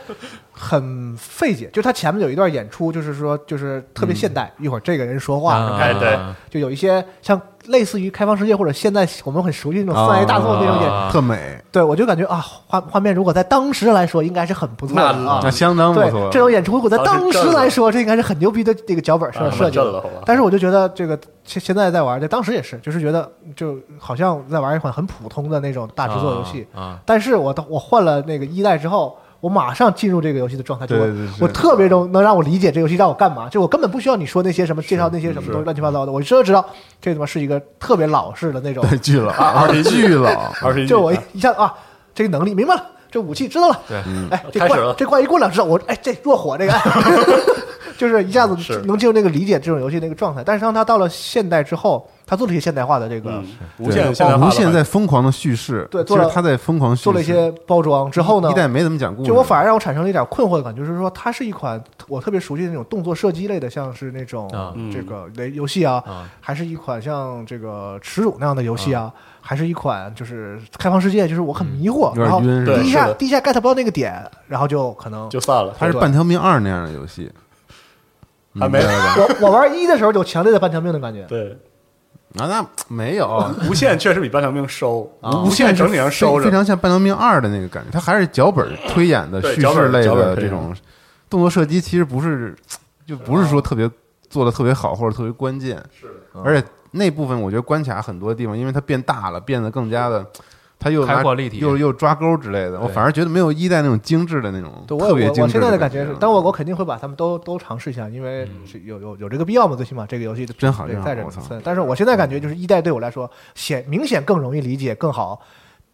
Speaker 6: 很费解，就他前面有一段演出，就是说就是特别现
Speaker 3: 嗯
Speaker 6: 代，一会儿这个人说话，
Speaker 5: 啊
Speaker 4: 哎对
Speaker 6: 就有一些像类似于开放世界或者现在我们很熟悉那种
Speaker 3: 啊
Speaker 6: 三 A 大作那种演
Speaker 5: 啊
Speaker 3: 特美，
Speaker 6: 对，我就感觉啊，画画面如果在当时来说，应该是很不错的
Speaker 4: 那
Speaker 6: 啊
Speaker 3: 那。相当嗯不
Speaker 6: 对，
Speaker 3: 错。
Speaker 6: 这种演出如果在
Speaker 4: 当时
Speaker 6: 当时
Speaker 4: 震了
Speaker 6: 来说，这应该是很牛逼的这个脚本上
Speaker 4: 啊
Speaker 6: 的设计
Speaker 4: 震了好吧。
Speaker 6: 但 是我就觉得这个现现在在玩，这当时也是，就是觉得就好像在玩一款很普通的那种大制作游戏。
Speaker 5: 啊啊
Speaker 6: 但是我到我换了那个一代之后，我马上进入这个游戏的状态，就我
Speaker 3: 对对对
Speaker 6: 我特 别能能让我理解这游戏让我干嘛，就我根本不需要你说那些什么介绍那些什么东西乱七八糟的，我就知道这他妈是一个特别老式的那种
Speaker 3: 巨老，啊巨老，
Speaker 4: 二十一，
Speaker 6: 就我一一下啊，这个能力明白了，这武器知道了，
Speaker 5: 对
Speaker 6: 哎，这
Speaker 4: 开始
Speaker 6: 怪
Speaker 4: 了
Speaker 6: 这怪一过两知道，我哎这弱火这个，就是一下子
Speaker 4: 是
Speaker 6: 能进入那个理解这种游戏那个状态。但是当他到了现代之后，他做了一些现代化的这个，
Speaker 4: 嗯， 无
Speaker 3: 对
Speaker 4: 限现代
Speaker 3: 哦
Speaker 4: 化的
Speaker 3: 无
Speaker 4: 话
Speaker 3: 限在疯狂的叙事，
Speaker 6: 对
Speaker 3: 其
Speaker 6: 做
Speaker 3: 实
Speaker 6: 了
Speaker 3: 他在疯狂叙事
Speaker 6: 做了一些包装之后呢
Speaker 3: 一，代没怎么讲故事，
Speaker 6: 就我反而让我产生了一点困惑的感觉，就是说它是一款我特别熟悉的那种动作射击类的，像是那种
Speaker 5: 啊
Speaker 4: 嗯
Speaker 6: 这个雷游戏啊，
Speaker 5: 啊
Speaker 6: 还是一款像这个耻辱那样的游戏啊，还是一款就是开放世界，就是我很迷惑，
Speaker 3: 有
Speaker 6: 然后
Speaker 3: 点晕，是
Speaker 4: 对
Speaker 3: 吧
Speaker 6: 第一
Speaker 4: 是
Speaker 6: 下
Speaker 4: 的
Speaker 6: 第一下 get 不到那个点，然后就可能
Speaker 4: 就散了，
Speaker 3: 它是
Speaker 6: 对
Speaker 3: 半条命二那样的游戏，
Speaker 4: 还没
Speaker 6: 我我玩一的时候有强烈的半条命的 感觉，
Speaker 4: 对。
Speaker 3: 啊，那没有。
Speaker 4: 无限确实比半条命收，无
Speaker 3: 限
Speaker 4: 限整体上
Speaker 3: 非
Speaker 4: 收
Speaker 3: 非
Speaker 4: 着。嗯
Speaker 3: 常像《半条命二》的那个感觉，它还是脚本推演的
Speaker 4: 对
Speaker 3: 叙
Speaker 4: 脚
Speaker 3: 事
Speaker 4: 本
Speaker 3: 类
Speaker 4: 脚本
Speaker 3: 的
Speaker 4: 推
Speaker 3: 这
Speaker 4: 演
Speaker 3: 种动作射击，其实不是就不是说特
Speaker 4: 啊
Speaker 3: 别做的特别好或者特别关键，是而且那部分我觉得关卡很多地方，因为它变大了，变得更加的他又拿
Speaker 5: 开阔立体
Speaker 3: 又又抓钩之类的，我
Speaker 5: 对
Speaker 3: 反而觉得没有一代那种精致的那种，
Speaker 6: 对我
Speaker 3: 特别
Speaker 6: 我
Speaker 3: 精
Speaker 6: 我
Speaker 3: 致
Speaker 6: 现在的
Speaker 3: 感
Speaker 6: 感觉是，但我我肯定会把他们都都尝试一下，因为是有有有这个必要嘛，最起码这个游戏的
Speaker 3: 嗯真好
Speaker 6: 对
Speaker 3: 真好
Speaker 6: 在这
Speaker 3: 我操嗯
Speaker 6: 儿。但是我现在感觉就是一代对我来说显明显更容易理解，更好，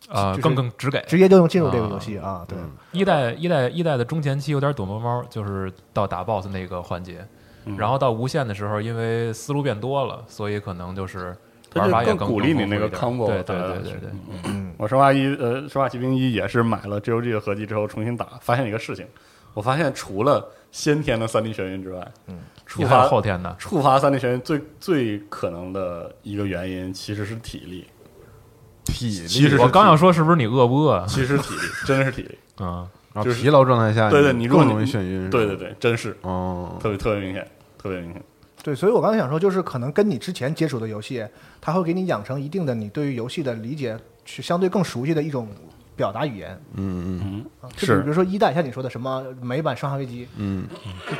Speaker 5: 啊
Speaker 6: 就是
Speaker 5: 更更直给。
Speaker 6: 直接就能进入这个游戏啊。
Speaker 3: 嗯
Speaker 6: 对，
Speaker 5: 一代一代一代的中前期有点躲猫猫，就是到打 BOSS 那个环节，
Speaker 4: 嗯
Speaker 5: 然后到无限的时候，因为思路变多了，所以可能就是
Speaker 4: 它
Speaker 5: 玩法
Speaker 4: 就
Speaker 5: 也
Speaker 4: 更
Speaker 5: 更
Speaker 4: 鼓励
Speaker 5: 丰
Speaker 4: 你
Speaker 5: 富
Speaker 4: 那个
Speaker 5: 一点
Speaker 4: combo
Speaker 5: 对对
Speaker 4: 打
Speaker 5: 对
Speaker 4: 下
Speaker 5: 对
Speaker 4: 去嗯
Speaker 5: 对，
Speaker 4: 我生化一呃，生化奇兵一也是买了 GOG 的合集之后重新打，发现一个事情，我发现除了先天的三 D 眩晕之外，嗯，触
Speaker 5: 你还
Speaker 4: 发
Speaker 5: 有后天的
Speaker 4: 触发三 D 眩晕最最可能的一个原因其实是体力，
Speaker 3: 体力，
Speaker 4: 其实是
Speaker 5: 我刚要说是不是你饿不饿？
Speaker 4: 其实是体力真的是体力，
Speaker 5: 嗯，
Speaker 3: 然后
Speaker 4: 就是
Speaker 3: 啊疲劳状态下，
Speaker 4: 对对，
Speaker 3: 你
Speaker 4: 如果
Speaker 3: 哎更
Speaker 4: 你
Speaker 3: 容易眩晕，
Speaker 4: 对
Speaker 3: 是
Speaker 4: 对
Speaker 3: 吧，
Speaker 4: 对，真是
Speaker 3: 哦，
Speaker 4: 特别特别明显，特别明显，
Speaker 6: 对，所以我刚才想说，就是可能跟你之前接触的游戏，它会给你养成一定的你对于游戏的理解，去相对更熟悉的一种表达语言。嗯嗯嗯，就是
Speaker 4: 是
Speaker 6: 比如说一代，像你说的什么美版《生化危机》，嗯，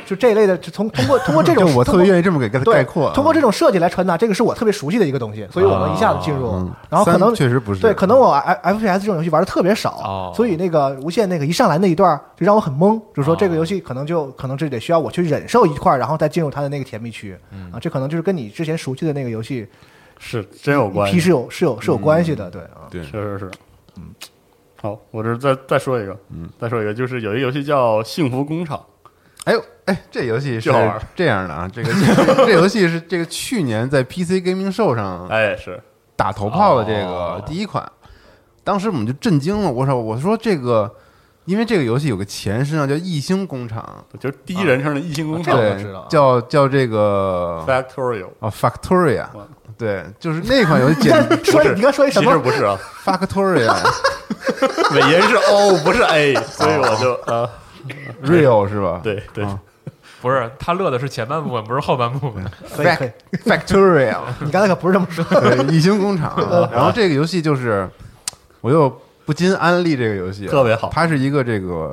Speaker 6: 就这一类的，就从通过通过这
Speaker 3: 就
Speaker 6: 种，
Speaker 3: 我特别愿
Speaker 6: 意。
Speaker 3: 意这么给它
Speaker 6: 对，
Speaker 3: 概括啊，
Speaker 6: 通过这种设计来传达，这个是我特别熟悉的一个东西，所以我能一下子进入。
Speaker 3: 嗯
Speaker 6: 然后可能
Speaker 3: 三确实不是
Speaker 6: 对，可能我 F P S 这种游戏玩的特别少，
Speaker 5: 哦
Speaker 6: 所以那个无限那个一上来那一段儿就让我很懵，就是说
Speaker 5: 哦
Speaker 6: 这个游戏可能就可能这得需要我去忍受一块儿，然后再进入它的那个甜蜜区、啊，这可能就是跟你之前熟悉的那个游戏
Speaker 4: 是真有关
Speaker 6: 一
Speaker 4: 系
Speaker 6: 批，是有是有是有关系
Speaker 3: 嗯
Speaker 6: 的，对啊，
Speaker 3: 对
Speaker 4: 确实是。
Speaker 3: 嗯
Speaker 4: 好，我这再再说一个，嗯，再说一个，就是有一个游戏叫《幸福工厂》，
Speaker 3: 哎呦，哎，这游戏是
Speaker 4: 就好玩
Speaker 3: 这样的啊，这个 这游戏是这个去年在 PC Gaming Show 上
Speaker 4: 哎，是
Speaker 3: 打头炮的这个
Speaker 5: 哦
Speaker 3: 第一款，当时我们就震惊了，我说我说这个，因为这个游戏有个前身啊，叫《异星工厂
Speaker 4: 就是第一人称的异形工》，
Speaker 6: 这
Speaker 4: 厂
Speaker 6: 啊我
Speaker 3: 对
Speaker 6: 知道啊，
Speaker 3: 叫叫这个
Speaker 4: Factorial，
Speaker 3: 哦 Factoria，
Speaker 4: 哇
Speaker 3: 对，就是那款游戏
Speaker 6: 你
Speaker 3: 简
Speaker 6: 看说一你刚说一什
Speaker 4: 其实
Speaker 6: 么？
Speaker 4: 不 是啊，
Speaker 3: Factoria
Speaker 4: 尾音是 O 不是 A，所以我就
Speaker 3: 哦
Speaker 4: 呃，
Speaker 3: Real 是吧？
Speaker 4: 对对，
Speaker 3: 啊
Speaker 5: 不是他乐的是前半部分，不是后半部分。
Speaker 6: 可以可以，
Speaker 3: ，Factoria。
Speaker 6: 你刚才可不是这么说，
Speaker 3: 对，异形 工厂。然后这个游戏就是，我又不禁安利这个游戏，啊
Speaker 4: 特别好
Speaker 3: 它是一个这个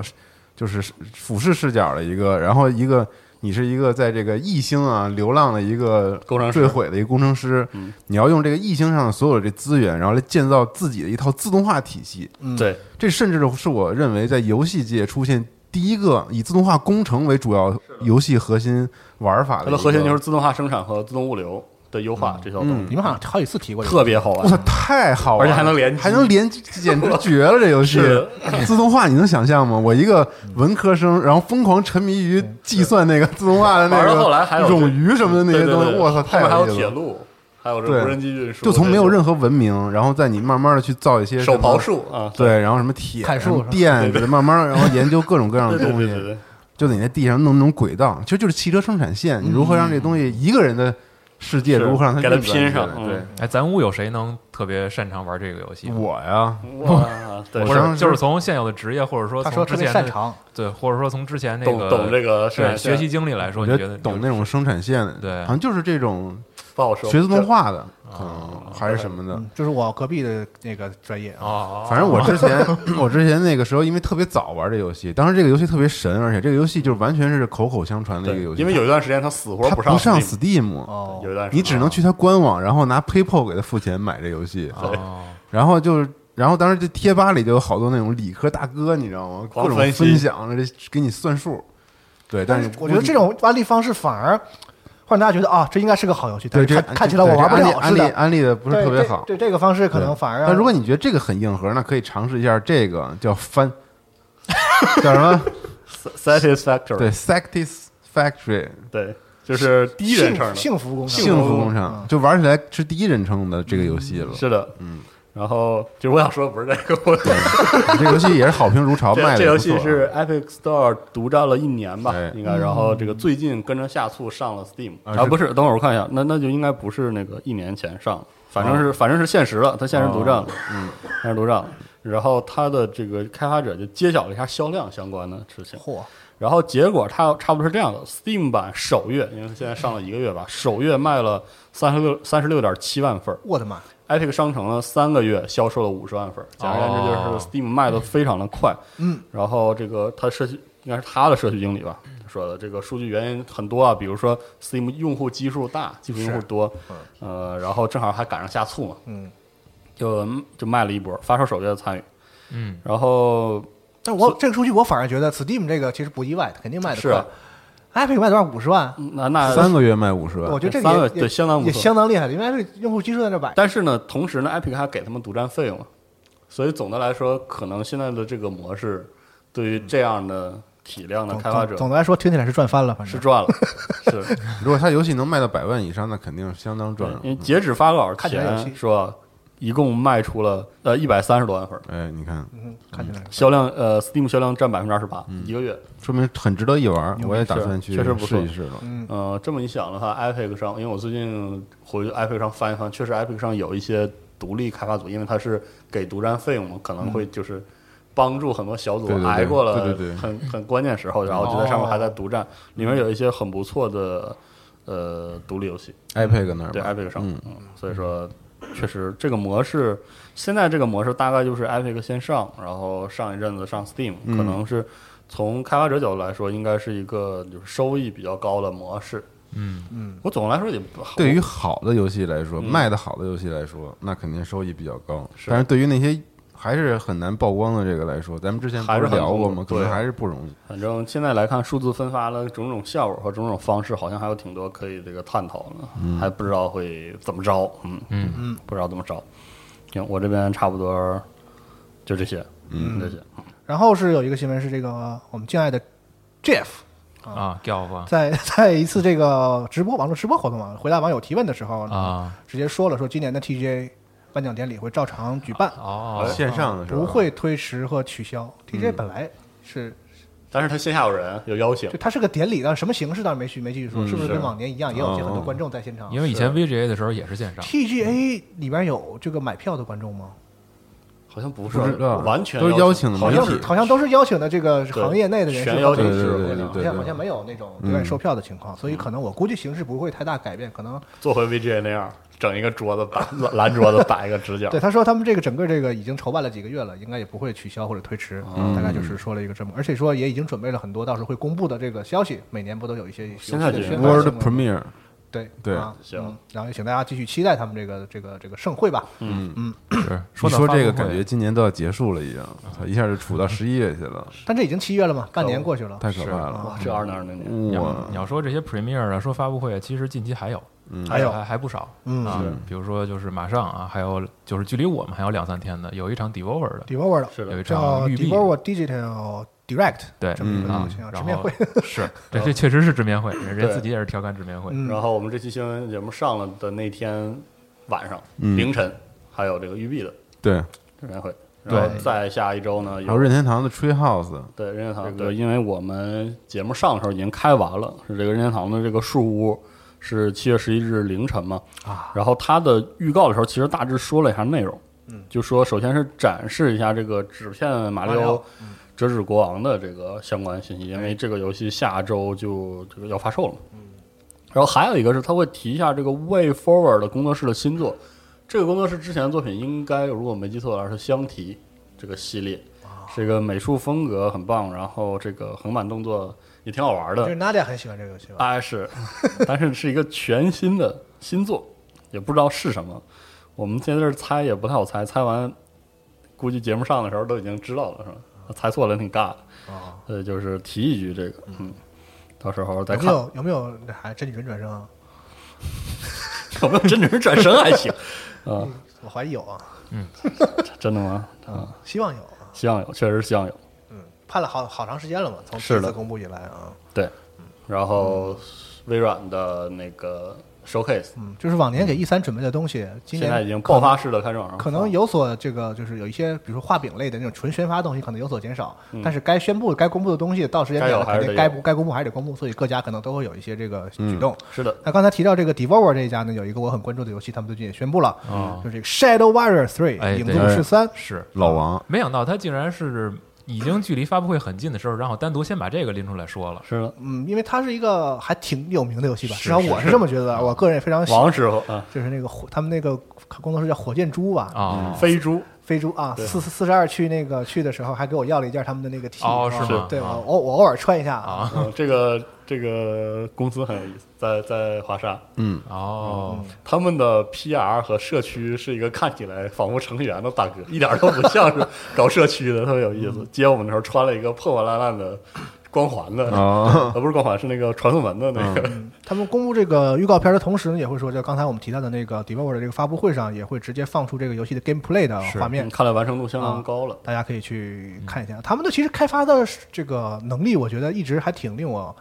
Speaker 3: 就是俯视视角的一个，然后一个你是一个在这个异星啊流浪的一个
Speaker 4: 工程师嗯
Speaker 3: 坠毁的一个工程师，你要用这个异星上的所有这资源，然后来建造自己的一套自动化体系。
Speaker 4: 对，
Speaker 3: 这甚至是我认为在游戏界出现。第一个以自动化工程为主要游戏核心玩法的
Speaker 4: 它
Speaker 3: 一
Speaker 4: 的
Speaker 3: 个，
Speaker 4: 核心就是自动化生产和自动物流的优化这条东西，
Speaker 6: 你们好像好几次提过这个，
Speaker 4: 特别好
Speaker 3: 嗯我操
Speaker 4: 玩，，
Speaker 3: 太好玩了，
Speaker 4: 而且还能联机
Speaker 3: 还能连机，简直绝了！这游戏
Speaker 4: 是
Speaker 3: 自动化，你能想象吗？我一个文科生，然后疯狂沉迷于计算那个自动化的那
Speaker 4: 玩
Speaker 3: 个
Speaker 4: 到后来还有
Speaker 3: 冗余什么的那些
Speaker 4: 对对
Speaker 3: 东西，
Speaker 4: 对
Speaker 3: 我操，
Speaker 4: 后
Speaker 3: 太
Speaker 4: 面还
Speaker 3: 有
Speaker 4: 有
Speaker 3: 意思
Speaker 4: 铁
Speaker 3: 了！
Speaker 4: 路，还有这
Speaker 3: 对
Speaker 4: 无人机运输，
Speaker 3: 就从没有任
Speaker 4: 何
Speaker 3: 何文明，然后在你慢慢的去造一些什
Speaker 4: 手
Speaker 3: 么
Speaker 4: 刨，术啊，
Speaker 3: 对，然后什么铁、
Speaker 6: 砍
Speaker 3: 什么
Speaker 6: 树
Speaker 3: 电之类，慢慢然后研究各种各样
Speaker 4: 对
Speaker 3: 的
Speaker 4: 对
Speaker 3: 东
Speaker 4: 对
Speaker 3: 西
Speaker 4: 对，对，
Speaker 3: 就得你在地上弄那种轨道，其实就是汽车生产线，你如何让这东西一个人的世界
Speaker 4: 是
Speaker 3: 如何让它
Speaker 4: 嗯给它
Speaker 3: 运转
Speaker 4: 拼
Speaker 3: 起来
Speaker 4: 上嗯
Speaker 3: 对，
Speaker 5: 哎，咱屋有谁能特别擅长玩这个游戏吗？
Speaker 3: 我呀，
Speaker 4: 哇，对，
Speaker 5: 不
Speaker 3: 我当
Speaker 5: 是，
Speaker 3: 时
Speaker 5: 就是从现有的职业，或者说
Speaker 6: 他
Speaker 5: 从
Speaker 6: 说特
Speaker 5: 之
Speaker 6: 别
Speaker 5: 前
Speaker 6: 擅
Speaker 5: 的
Speaker 6: 长，
Speaker 5: 对，或者说从之前那
Speaker 4: 懂
Speaker 5: 个
Speaker 4: 懂这个是
Speaker 5: 对
Speaker 4: 吧
Speaker 5: 学习经历来说，
Speaker 3: 我
Speaker 5: 你
Speaker 3: 觉
Speaker 5: 觉得
Speaker 3: 得懂那种生产线，
Speaker 5: 对
Speaker 3: 好像就是这种
Speaker 4: 不好说，
Speaker 3: 学自动
Speaker 4: 这哦
Speaker 3: 化的，可能还是什么的。
Speaker 6: 嗯，就是我隔壁的那个专业啊，
Speaker 5: 哦，
Speaker 3: 反正我之前，我之前那个时候，因为特别早玩这游戏，当时这个游戏特别神，而且这个游戏就是完全是口口相传的一
Speaker 4: 对
Speaker 3: 个游戏，
Speaker 4: 因为有一段时间他死活
Speaker 3: 它
Speaker 4: 上
Speaker 3: 不上
Speaker 4: Steam，
Speaker 3: Steam，
Speaker 6: 哦，
Speaker 4: 有一段时间
Speaker 3: 你只能去它官网，然后拿 PayPal 给它付钱买这游戏，
Speaker 5: 哦，
Speaker 3: 然后就是。然后当时这贴吧里就有好多那种理科大哥，你知道吗？
Speaker 4: 狂
Speaker 3: 各种
Speaker 4: 分析
Speaker 3: 分享，这给你算数。对，但
Speaker 6: 但
Speaker 3: 是
Speaker 6: 是我觉得这种安利方式反而会让大家觉得啊，这应该是个好游戏，但
Speaker 3: 对
Speaker 6: 是
Speaker 3: 这
Speaker 6: 看看起来我玩不了
Speaker 3: 安
Speaker 6: 似
Speaker 3: 利
Speaker 6: 的。
Speaker 3: 安利的不是
Speaker 6: 对
Speaker 3: 特别
Speaker 6: 这
Speaker 3: 好。
Speaker 6: 对这个方式可能反而让。
Speaker 3: 但如果你觉得这个很硬核，那可以尝试一下这个叫翻，叫什么？
Speaker 4: 啊 satisfactory，
Speaker 3: 对，Satisfactory
Speaker 4: 对，就是第一人称的
Speaker 6: 幸幸福工程，
Speaker 3: 幸福工
Speaker 6: 嗯
Speaker 3: 厂，就玩起来是第一人称的这个游戏了。
Speaker 4: 是的，嗯。然后，其实我想说的不是这个，我
Speaker 3: 这游戏也是好评如潮，卖
Speaker 4: 这
Speaker 3: 的
Speaker 4: 这游戏是 Epic Store 独占了一年吧
Speaker 3: 哎，
Speaker 6: 嗯
Speaker 4: 应该。然后这个最近跟着下促上了 Steam
Speaker 3: 啊
Speaker 4: 啊，
Speaker 3: 是
Speaker 4: 不是，等会儿我看一下，那那就应该不是那个一年前上的，反
Speaker 3: 啊
Speaker 4: 正是反正是限时了，它限时
Speaker 3: 哦
Speaker 4: 独占了，嗯，限时独占了。然后它的这个开发者就揭晓了一下销量相关的事情，
Speaker 6: 嚯，
Speaker 4: 然后结果它差不多是这样的：Steam 版首月，因为它现在上了一个月吧，首月卖了三十六三十六点七万份儿
Speaker 6: 我的妈！
Speaker 4: Epic 商城呢，三个月销售了五十万份儿，简而言之就
Speaker 5: 哦
Speaker 4: 是 Steam 卖的非常的快。嗯，然后这个他社区应该是他的社区经理吧说的，这个数据原因很多啊，比如说 Steam 用户基数大，基础用户多，呃，然后正好还赶上下促嘛，嗯，就就卖了一波，发售首月的参与，
Speaker 5: 嗯，
Speaker 4: 然后
Speaker 6: 但我这个数据我反而觉得 Steam 这个其实不意外，它肯定卖的
Speaker 4: 是啊
Speaker 3: 啊
Speaker 6: 快。Epic 卖多少？五十万，
Speaker 4: 那那
Speaker 3: 三个月卖五十万
Speaker 6: 我，觉得这
Speaker 4: 三
Speaker 6: 个
Speaker 4: 个
Speaker 6: 也
Speaker 4: 对相当不
Speaker 6: 也
Speaker 4: 错
Speaker 6: 相当厉害了，因为 Epic 用户基数在这摆。
Speaker 4: 但是呢，同时呢，Epic 还给他们独占费用，所以总的来说，可能现在的这个模式对于这样的体量的
Speaker 6: 总
Speaker 4: 开发者
Speaker 6: 总总的来说，听起来是赚翻了，反
Speaker 4: 是
Speaker 6: 正
Speaker 4: 赚了，是
Speaker 3: 如果他游戏能卖到百万以上，那肯定是相当赚了
Speaker 4: 因。为截止发稿
Speaker 6: 看起来有戏
Speaker 4: 前说一共卖出了呃一百三十多万份儿，
Speaker 3: 哎，你看，
Speaker 6: 嗯，看起来
Speaker 4: 销量呃 Steam 销量占百分之二十八，
Speaker 6: 嗯
Speaker 4: 一个月。
Speaker 3: 说明很值得一玩。我也打算去
Speaker 4: 是确实不错
Speaker 3: 试一试了。
Speaker 4: 呃，这么一想的话，Epic 上，因为我最近回去 Epic 上翻一翻，确实 Epic 上有一些独立开发组，因为它是给独占费用嘛，可能会就是帮助很多小组
Speaker 3: 对对对
Speaker 4: 挨过了
Speaker 3: 对对对
Speaker 4: 很很关键时候，然后就在上面还在独占，里面有一些很不错的呃独立游戏，
Speaker 3: iPad 那儿吧
Speaker 4: 对 Epic 上，
Speaker 3: 嗯
Speaker 4: 嗯，所以说确实这个模式，现在这个模式大概就是 Epic 先上，然后上一阵子上 Steam，
Speaker 3: 嗯
Speaker 4: 可能是从开发者角度来说，应该是一个就是收益比较高的模式。
Speaker 5: 嗯
Speaker 6: 嗯，
Speaker 4: 我总的来说也不好
Speaker 3: 对于好的游戏来说，
Speaker 4: 嗯
Speaker 3: 卖的好的游戏来说，那肯定收益比较高。
Speaker 4: 是
Speaker 3: 但是对于那些还是很难曝光的这个来说，咱们之前不
Speaker 4: 还是很
Speaker 3: 聊过吗？
Speaker 4: 痛苦
Speaker 3: 可能
Speaker 4: 对
Speaker 3: 还是不容易。
Speaker 4: 反正现在来看，数字分发的种种效果和种种方式，好像还有挺多可以这个探讨的，
Speaker 3: 嗯
Speaker 4: 还不知道会怎么着，嗯
Speaker 5: 嗯
Speaker 4: 嗯，不知道怎么着。行，我这边差不多就这些，嗯，这些
Speaker 6: 然后是有一个新闻是这个我们敬爱的 Jeff
Speaker 5: 啊，Gelf
Speaker 6: 嗯在 在一次这个直播网络直播活动啊，回答网友提问的时候呢，
Speaker 5: 啊，
Speaker 6: 直接说了说今年的 TGA 颁奖典礼会照常举办，
Speaker 5: 哦，
Speaker 3: 线上啊的是吧？嗯
Speaker 6: 不会推迟和取消。TGA 本来是
Speaker 4: 但是他线下有人有邀请
Speaker 6: 就，它是个典礼，但是什么形式倒是没去没继续
Speaker 3: 嗯
Speaker 6: 说，
Speaker 3: 哦
Speaker 6: 是不是
Speaker 4: 是
Speaker 6: 跟往年一样也有些很多观众在现场
Speaker 5: 因为以前 VGA 的时候也是线上，
Speaker 6: ？TGA 里边有这个买票的观众吗？
Speaker 4: 好像不是
Speaker 3: 不知道
Speaker 4: 完全
Speaker 3: 都是
Speaker 4: 邀
Speaker 3: 邀请的
Speaker 4: 好
Speaker 3: 媒
Speaker 4: 像
Speaker 6: 好
Speaker 3: 体
Speaker 4: 是
Speaker 6: 像好像都是邀请的这个
Speaker 4: 对
Speaker 6: 行业内的人士
Speaker 4: 全邀
Speaker 6: 和
Speaker 4: 请
Speaker 3: 对
Speaker 4: 制，
Speaker 3: 对对
Speaker 4: 我
Speaker 3: 对嗯
Speaker 4: 想
Speaker 6: 好像好像没有那种对外售票的情况，所以可能我估计形式不会太大改变，可能
Speaker 4: 做回 VGA 那样，整一个桌子摆 蓝桌子摆一个直角
Speaker 6: 对，他说他们这个整个这个已经筹办了几个月了，应该也不会取消或者推迟，
Speaker 4: 嗯
Speaker 6: 大概就是说了一个这么，而且说也已经准备了很多到时候会公布的这个消息，每年不都有一些
Speaker 4: 现在
Speaker 6: 游戏
Speaker 4: 就是
Speaker 6: 的宣发
Speaker 3: World
Speaker 6: 新闻
Speaker 3: Premiere，
Speaker 6: 对
Speaker 3: 对
Speaker 6: 啊
Speaker 4: 行
Speaker 6: 嗯然后也请大家继续期待他们这个这个这个盛会吧。
Speaker 3: 你
Speaker 4: 嗯
Speaker 5: 是到
Speaker 3: 说
Speaker 5: 发
Speaker 3: 这
Speaker 5: 布
Speaker 3: 个
Speaker 5: 会
Speaker 3: 感觉今年都要结束了一样，
Speaker 4: 啊
Speaker 3: 操一下就杵到十一月去 了，
Speaker 6: 但这已经七月了嘛，半年过去了，
Speaker 3: 太可怕了！
Speaker 4: 哇，这二零二零年
Speaker 5: 你要
Speaker 3: 哇
Speaker 5: 你，要说这些 Premiere 啊，说发布会啊，其实近期还有，
Speaker 6: 还有
Speaker 5: 还还不少，
Speaker 6: 哎嗯
Speaker 5: 啊，比如说就是马上啊，还有就是距离我们还有两三天的，有一场 Devour 的，
Speaker 6: Devolver 的
Speaker 4: 是
Speaker 5: 有
Speaker 4: 的，
Speaker 5: 一
Speaker 6: 叫
Speaker 5: 场育碧的，
Speaker 6: Devolver Digital Direct
Speaker 5: 对，
Speaker 6: 这么一个
Speaker 4: 嗯
Speaker 5: 啊
Speaker 6: 东西啊，，直
Speaker 5: 然
Speaker 6: 面
Speaker 5: 后
Speaker 6: 会。
Speaker 5: 是这这确实是直面会，人家
Speaker 4: 对
Speaker 5: 自己也是调侃直面会，
Speaker 6: 嗯
Speaker 4: 然后我们这期新闻节目上了的那天晚上、凌晨，还有这个育碧的
Speaker 3: 嗯对，
Speaker 4: 直面会，然后
Speaker 5: 对
Speaker 4: 再下一周呢
Speaker 3: 还有
Speaker 4: 有
Speaker 3: 任天堂的 Tree House，
Speaker 4: 对任天堂，对，因为我们节目上的时候已经开完了，是这个任天堂的这个树屋是七月十一日凌晨嘛，啊，然后它的预告的时候其实大致说了一下内容，嗯，就说首先是展示一下这个纸片马里
Speaker 6: 马里
Speaker 4: 奥嗯哎
Speaker 6: 奥。
Speaker 4: 折纸国王的这个相关信息，因为这个游戏下周就这个要发售了嘛。然后还有一个是，他会提一下这个 Way Forward 的工作室的新作。这个工作室之前的作品应该，如果我没记错的话，是《香缇》这个系列，
Speaker 6: 啊
Speaker 4: 这个美术风格很棒，然后这个横版动作也挺好玩
Speaker 6: 就是
Speaker 4: 的。
Speaker 6: Nadia 很喜欢这个游戏吧？
Speaker 4: 呃啊是， 但是是一个全新的新作，也不知道是什么。我们现在这儿猜也不太好猜，猜完估计节目上的时候都已经知道了，是吧？猜错了挺尬的。
Speaker 6: 啊，
Speaker 4: 呃，就是提一句这个，嗯，到时候再
Speaker 6: 有没
Speaker 4: 看
Speaker 6: 有有没有那还真女人转生啊？
Speaker 4: 有没有真人转生还 行啊，
Speaker 6: 我怀疑有啊，
Speaker 4: 真的吗？啊，
Speaker 6: 希望有啊。
Speaker 4: 希望有，确实希望有。
Speaker 6: 嗯，盼了好好长时间了嘛，从
Speaker 4: 是
Speaker 6: 这
Speaker 4: 的
Speaker 6: 次公布以来啊，
Speaker 4: 对，然后微软的那个 showcase
Speaker 6: 嗯，就是往年给 E 三准备的东西，今
Speaker 4: 现
Speaker 6: 年
Speaker 4: 在已经爆发式的开始往上
Speaker 6: 可
Speaker 4: 放，
Speaker 6: 能有所这个，就是有一些，比如说画饼类的那种纯宣发东西，可能有所减少。但是该宣布、该公布的东西，到时间点了
Speaker 4: 嗯该有还
Speaker 6: 肯
Speaker 4: 是
Speaker 6: 定
Speaker 4: 得
Speaker 6: 该
Speaker 4: 有嗯
Speaker 6: 不该公布还是得公布，所以各家可能都会有一些这个举动。
Speaker 4: 是的，
Speaker 6: 那刚才提到这个 Devolver 这一家呢，有一个我很关注的游戏，他们最近也宣布了，
Speaker 4: 啊
Speaker 6: 就是这个 Shadow Warrior 3、
Speaker 5: 哎
Speaker 6: 影
Speaker 5: 对
Speaker 6: 子武士三。
Speaker 5: 是，
Speaker 3: 老王，
Speaker 4: 啊
Speaker 5: 没想到他竟然是已经距离发布会很近的时候，然后单独先把这个拎出来说了，
Speaker 4: 是的，
Speaker 6: 嗯，因为它是一个还挺有名的游戏吧，
Speaker 5: 是啊
Speaker 6: 至少我是这么觉得。我个人也非常喜，
Speaker 4: 王师傅啊，
Speaker 6: 就是那个火他们那个工作室叫火箭猪吧，
Speaker 5: 啊，
Speaker 4: 飞猪
Speaker 6: 非洲啊，
Speaker 4: 对
Speaker 6: 四四十二去那个去的时候，还给我要了一件他们的那个 T，
Speaker 5: 哦
Speaker 6: 啊
Speaker 5: 是吗
Speaker 6: 对，我
Speaker 5: 啊
Speaker 6: 偶我偶尔穿一下啊，
Speaker 5: 啊，
Speaker 4: 嗯，这个这个公司很有意思，在在华沙，
Speaker 5: 哦，
Speaker 6: 嗯
Speaker 4: 他们的 PR 和社区是一个看起来仿佛程序员的大哥， 一点都不像是搞社区的，特别有意
Speaker 6: 嗯
Speaker 4: 思。接我们的时候穿了一个破破烂烂的光环的，
Speaker 3: 哦
Speaker 4: 呃，不是光环，是那个传送门的那个，
Speaker 6: 他们公布这个预告片的同时呢，也会说，就刚才我们提到的那个 Devolver 的这个发布会上，也会直接放出这个游戏的 gameplay 的画面嗯
Speaker 4: 嗯，看来完成度相当高了。
Speaker 6: 大家可以去看一下。他们的其实开发的这个能力，我觉得一直还挺令我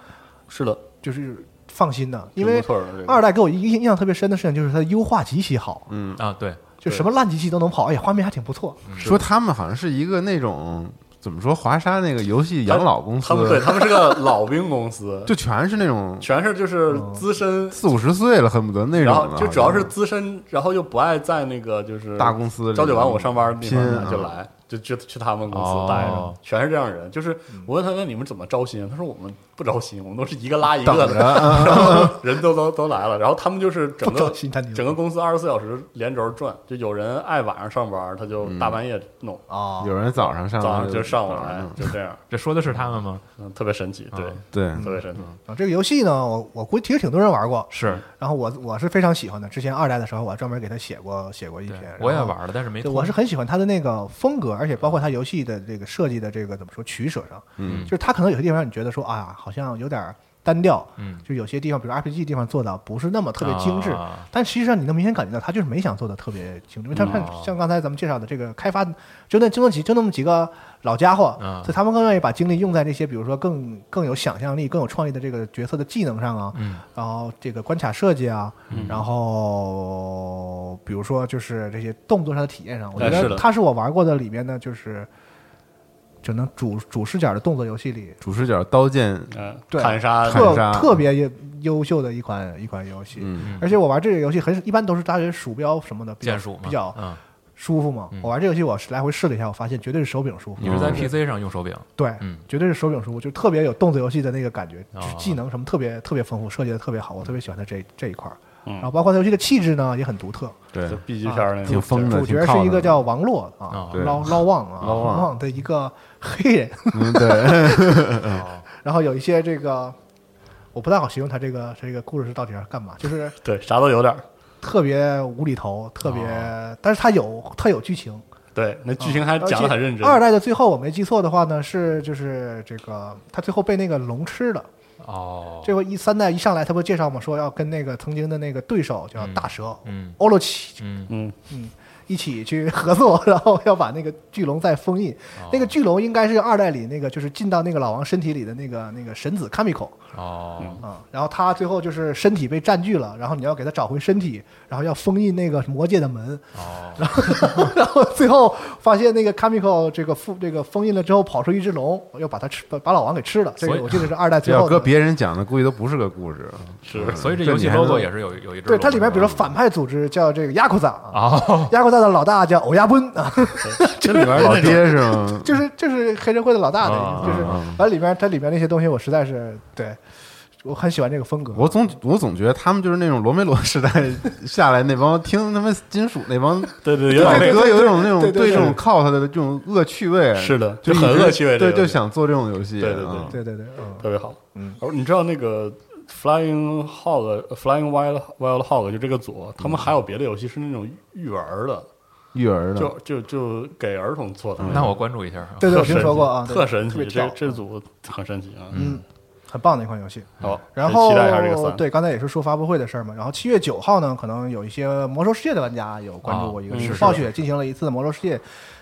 Speaker 4: 是的，
Speaker 6: 就是放心的，因
Speaker 4: 挺
Speaker 6: 为
Speaker 4: 不错的这个嗯
Speaker 6: 二代给我印印象特别深的事情就是它的优化极其好，
Speaker 5: 啊，对，
Speaker 6: 就什么烂机器都能跑，哎呀，画面还挺不错。
Speaker 4: 嗯
Speaker 3: 说他们好像是一个那种怎么说华沙那个游戏养老公司，
Speaker 4: 他们对他们是个老兵公司，
Speaker 3: 就全是那种
Speaker 4: 全是就是资深，
Speaker 3: 四五十岁了，恨不得那
Speaker 4: 然
Speaker 3: 种的，
Speaker 4: 后就主要是
Speaker 3: 好像
Speaker 4: 资深，然后又不爱在那个就是
Speaker 3: 大公司里
Speaker 4: 嗯朝九晚五上班的地
Speaker 3: 拼
Speaker 4: 方
Speaker 3: 啊
Speaker 4: 就来，就就去他们公司待着
Speaker 5: 哦，
Speaker 4: 全是这样人。就是我问他那你们怎么招新？他说我们不招新，我们都是一个拉一
Speaker 3: 等
Speaker 4: 个
Speaker 3: 着
Speaker 4: 的，
Speaker 3: 啊
Speaker 4: 然后人都都都来了，然后他们就是整
Speaker 6: 不
Speaker 4: 个
Speaker 6: 招新他牛
Speaker 4: 整个公司二十四小时连轴转，就有人爱晚上上班，他就大半夜弄，
Speaker 6: 啊，
Speaker 3: 有人早嗯上上
Speaker 4: 早上就上午
Speaker 3: 午
Speaker 4: 来，就这样，
Speaker 5: 这说的是他们吗？
Speaker 4: 嗯，特别神奇，对，
Speaker 3: 对，
Speaker 4: 特别神奇。
Speaker 6: 啊这个游戏呢，我我估计其实挺多人玩过，
Speaker 5: 是，
Speaker 6: 然后我我是非常喜欢的。之前二代的时候，我还专门给他写过写过一
Speaker 5: 对
Speaker 6: 篇，然，后
Speaker 5: 我也玩了，但是没
Speaker 6: 对，
Speaker 5: 通。
Speaker 6: 我是很喜欢它的那个风格，而且包括它游戏的这个设计的这个怎么说取舍上，
Speaker 3: 嗯
Speaker 6: 就是它可能有些地方让你觉得说啊，好像有点单调，
Speaker 5: 嗯
Speaker 6: 就有些地方，比如 RPG 地方做的不是那么特别精致，
Speaker 5: 啊
Speaker 6: 但实际上你能明显感觉到它就是没想做的特别精致，因为它看
Speaker 5: 哦
Speaker 6: 像刚才咱们介绍的这个开发，就那就那几就那么几个老家伙，
Speaker 5: 啊
Speaker 6: 所以他们更愿意把精力用在这些比如说更更有想象力、更有创意的这个角色的技能上啊，
Speaker 5: 嗯
Speaker 6: 然后这个关卡设计啊，然后比如说就是这些动作上的体验上，我觉
Speaker 4: 哎是
Speaker 6: 得
Speaker 4: 的
Speaker 6: 它是我玩过的里面呢，就是只能主主视角的动作游戏里，
Speaker 3: 主视角刀剑，
Speaker 4: 嗯，
Speaker 6: 对
Speaker 4: 砍杀
Speaker 3: 砍
Speaker 6: 特
Speaker 3: 杀
Speaker 6: 特别优优秀的一款一款游戏。
Speaker 3: 嗯
Speaker 6: 而且我玩这个游戏很一般都是大学鼠标什么的比较
Speaker 5: 键鼠嘛
Speaker 6: 比较
Speaker 5: 嗯，
Speaker 6: 舒服嘛。我玩这游戏我是来回试了一下，我发现绝对是手柄舒服。
Speaker 5: 你是在
Speaker 3: 嗯
Speaker 5: PC 上用手柄
Speaker 6: 对，
Speaker 5: 嗯
Speaker 6: 绝对是手柄舒服，就特别有动作游戏的那个感觉，
Speaker 5: 哦嗯
Speaker 6: 就是技能什么特别特别丰富，设计的特别好，我特别喜欢它这这一块儿。
Speaker 4: 嗯
Speaker 6: 然后包括它游戏的气质呢也很独特，
Speaker 3: 对
Speaker 4: 就 B 级片儿那
Speaker 3: 嗯挺
Speaker 4: 种，
Speaker 3: 疯的，
Speaker 6: 主角是一个叫王洛
Speaker 5: 哦，
Speaker 6: 啊
Speaker 3: 对
Speaker 6: 捞捞旺 啊，
Speaker 3: 捞旺
Speaker 6: 的一个黑人，
Speaker 3: 挺靠 的嗯
Speaker 6: 然后有一些这个。我不太好形容他这个这个故事是到底要干嘛，就是
Speaker 4: 对，啥都有点儿。
Speaker 6: 特别无厘头，特别，
Speaker 5: 哦
Speaker 6: 但是他有他有剧情，啊
Speaker 4: 对，那剧情还
Speaker 6: 而
Speaker 4: 讲
Speaker 6: 且
Speaker 4: 的很认真。
Speaker 6: 二代的最后，我没记错的话呢，是就是这个他最后被那个龙吃了。
Speaker 5: 哦，
Speaker 6: 这回一三代一上来，他不介绍嘛，说要跟那个曾经的那个对手叫大蛇
Speaker 5: 嗯
Speaker 6: 欧罗奇
Speaker 5: 嗯
Speaker 4: 嗯，
Speaker 6: 一起去合作，然后要把那个巨龙再封印。
Speaker 5: 哦
Speaker 6: 那个巨龙应该是二代里那个就是进到那个老王身体里的那个那个神子卡米口
Speaker 5: 哦，
Speaker 6: 啊，然后他最后就是身体被占据了，然后你要给他找回身体，然后要封印那个魔界的门，嗯
Speaker 5: 哦，
Speaker 6: 然后最后发现那个 Kamiko 这个封这个封印了之后跑出一只龙，又把它吃把把老王给吃了。这
Speaker 5: 所以
Speaker 6: 个我记得是二代
Speaker 3: 这
Speaker 6: 最
Speaker 3: 要
Speaker 6: 后
Speaker 3: 搁
Speaker 6: 的。
Speaker 3: 别人讲的，估计都不是个故 事。
Speaker 4: 是
Speaker 5: 哦 所以这游戏
Speaker 3: 这你还能
Speaker 5: logo 也是有有一只龙的，
Speaker 6: 对，它里面比如说反派组织叫这个亚库萨啊，
Speaker 5: 哦，
Speaker 6: 亚库萨的老大叫欧亚奔
Speaker 4: 嗯
Speaker 6: 啊，
Speaker 4: 这里边
Speaker 3: 老
Speaker 4: 那种
Speaker 3: 爹是吗？
Speaker 6: 就是就是黑社会的老
Speaker 4: 嗯
Speaker 6: 大的意
Speaker 5: 啊
Speaker 6: 思，就是完里面它里面那些东西我实在是对，我很喜欢这个风格。
Speaker 3: 我总我总觉得他们就是那种罗梅罗时代下来那帮听他们金属那帮
Speaker 4: 对对，有点
Speaker 3: 老
Speaker 4: 那
Speaker 3: 哥有一种那种
Speaker 6: 对对对
Speaker 3: 这种 cult 的这种恶趣味，
Speaker 4: 是的
Speaker 3: 就
Speaker 4: 就很
Speaker 3: 一直
Speaker 4: 恶趣味这
Speaker 3: 对，
Speaker 4: 个
Speaker 3: 就
Speaker 4: 东西
Speaker 3: 想做这种游戏，
Speaker 4: 对对对
Speaker 3: 嗯
Speaker 6: 对对对，嗯，
Speaker 4: 特别好。嗯，你知道那个 Flying Hog、Flying Wild Wild Hog 就这个组，他们还有别的游戏是那种育儿的，
Speaker 3: 育
Speaker 6: 嗯
Speaker 3: 儿的
Speaker 4: 就就就给儿童做的。
Speaker 5: 那我关注一下，
Speaker 6: 对
Speaker 4: 特
Speaker 6: 对，嗯我听
Speaker 4: 神
Speaker 6: 说
Speaker 4: 奇
Speaker 6: 过啊，对
Speaker 4: 特神
Speaker 6: 特别
Speaker 4: 奇，
Speaker 6: 跳
Speaker 4: 这这组很神奇啊。
Speaker 6: 嗯，很棒的一款游戏。
Speaker 4: 好，
Speaker 6: 然
Speaker 4: 期
Speaker 6: 后
Speaker 4: 待一下这个三。
Speaker 6: 对，刚才也是说发布会的事儿嘛。然后七月九号呢，可能有一些《魔兽世界》的玩家有关注过一个
Speaker 4: 啊嗯
Speaker 6: 事
Speaker 4: 是的
Speaker 6: 情，暴雪进行了一次《魔兽世界》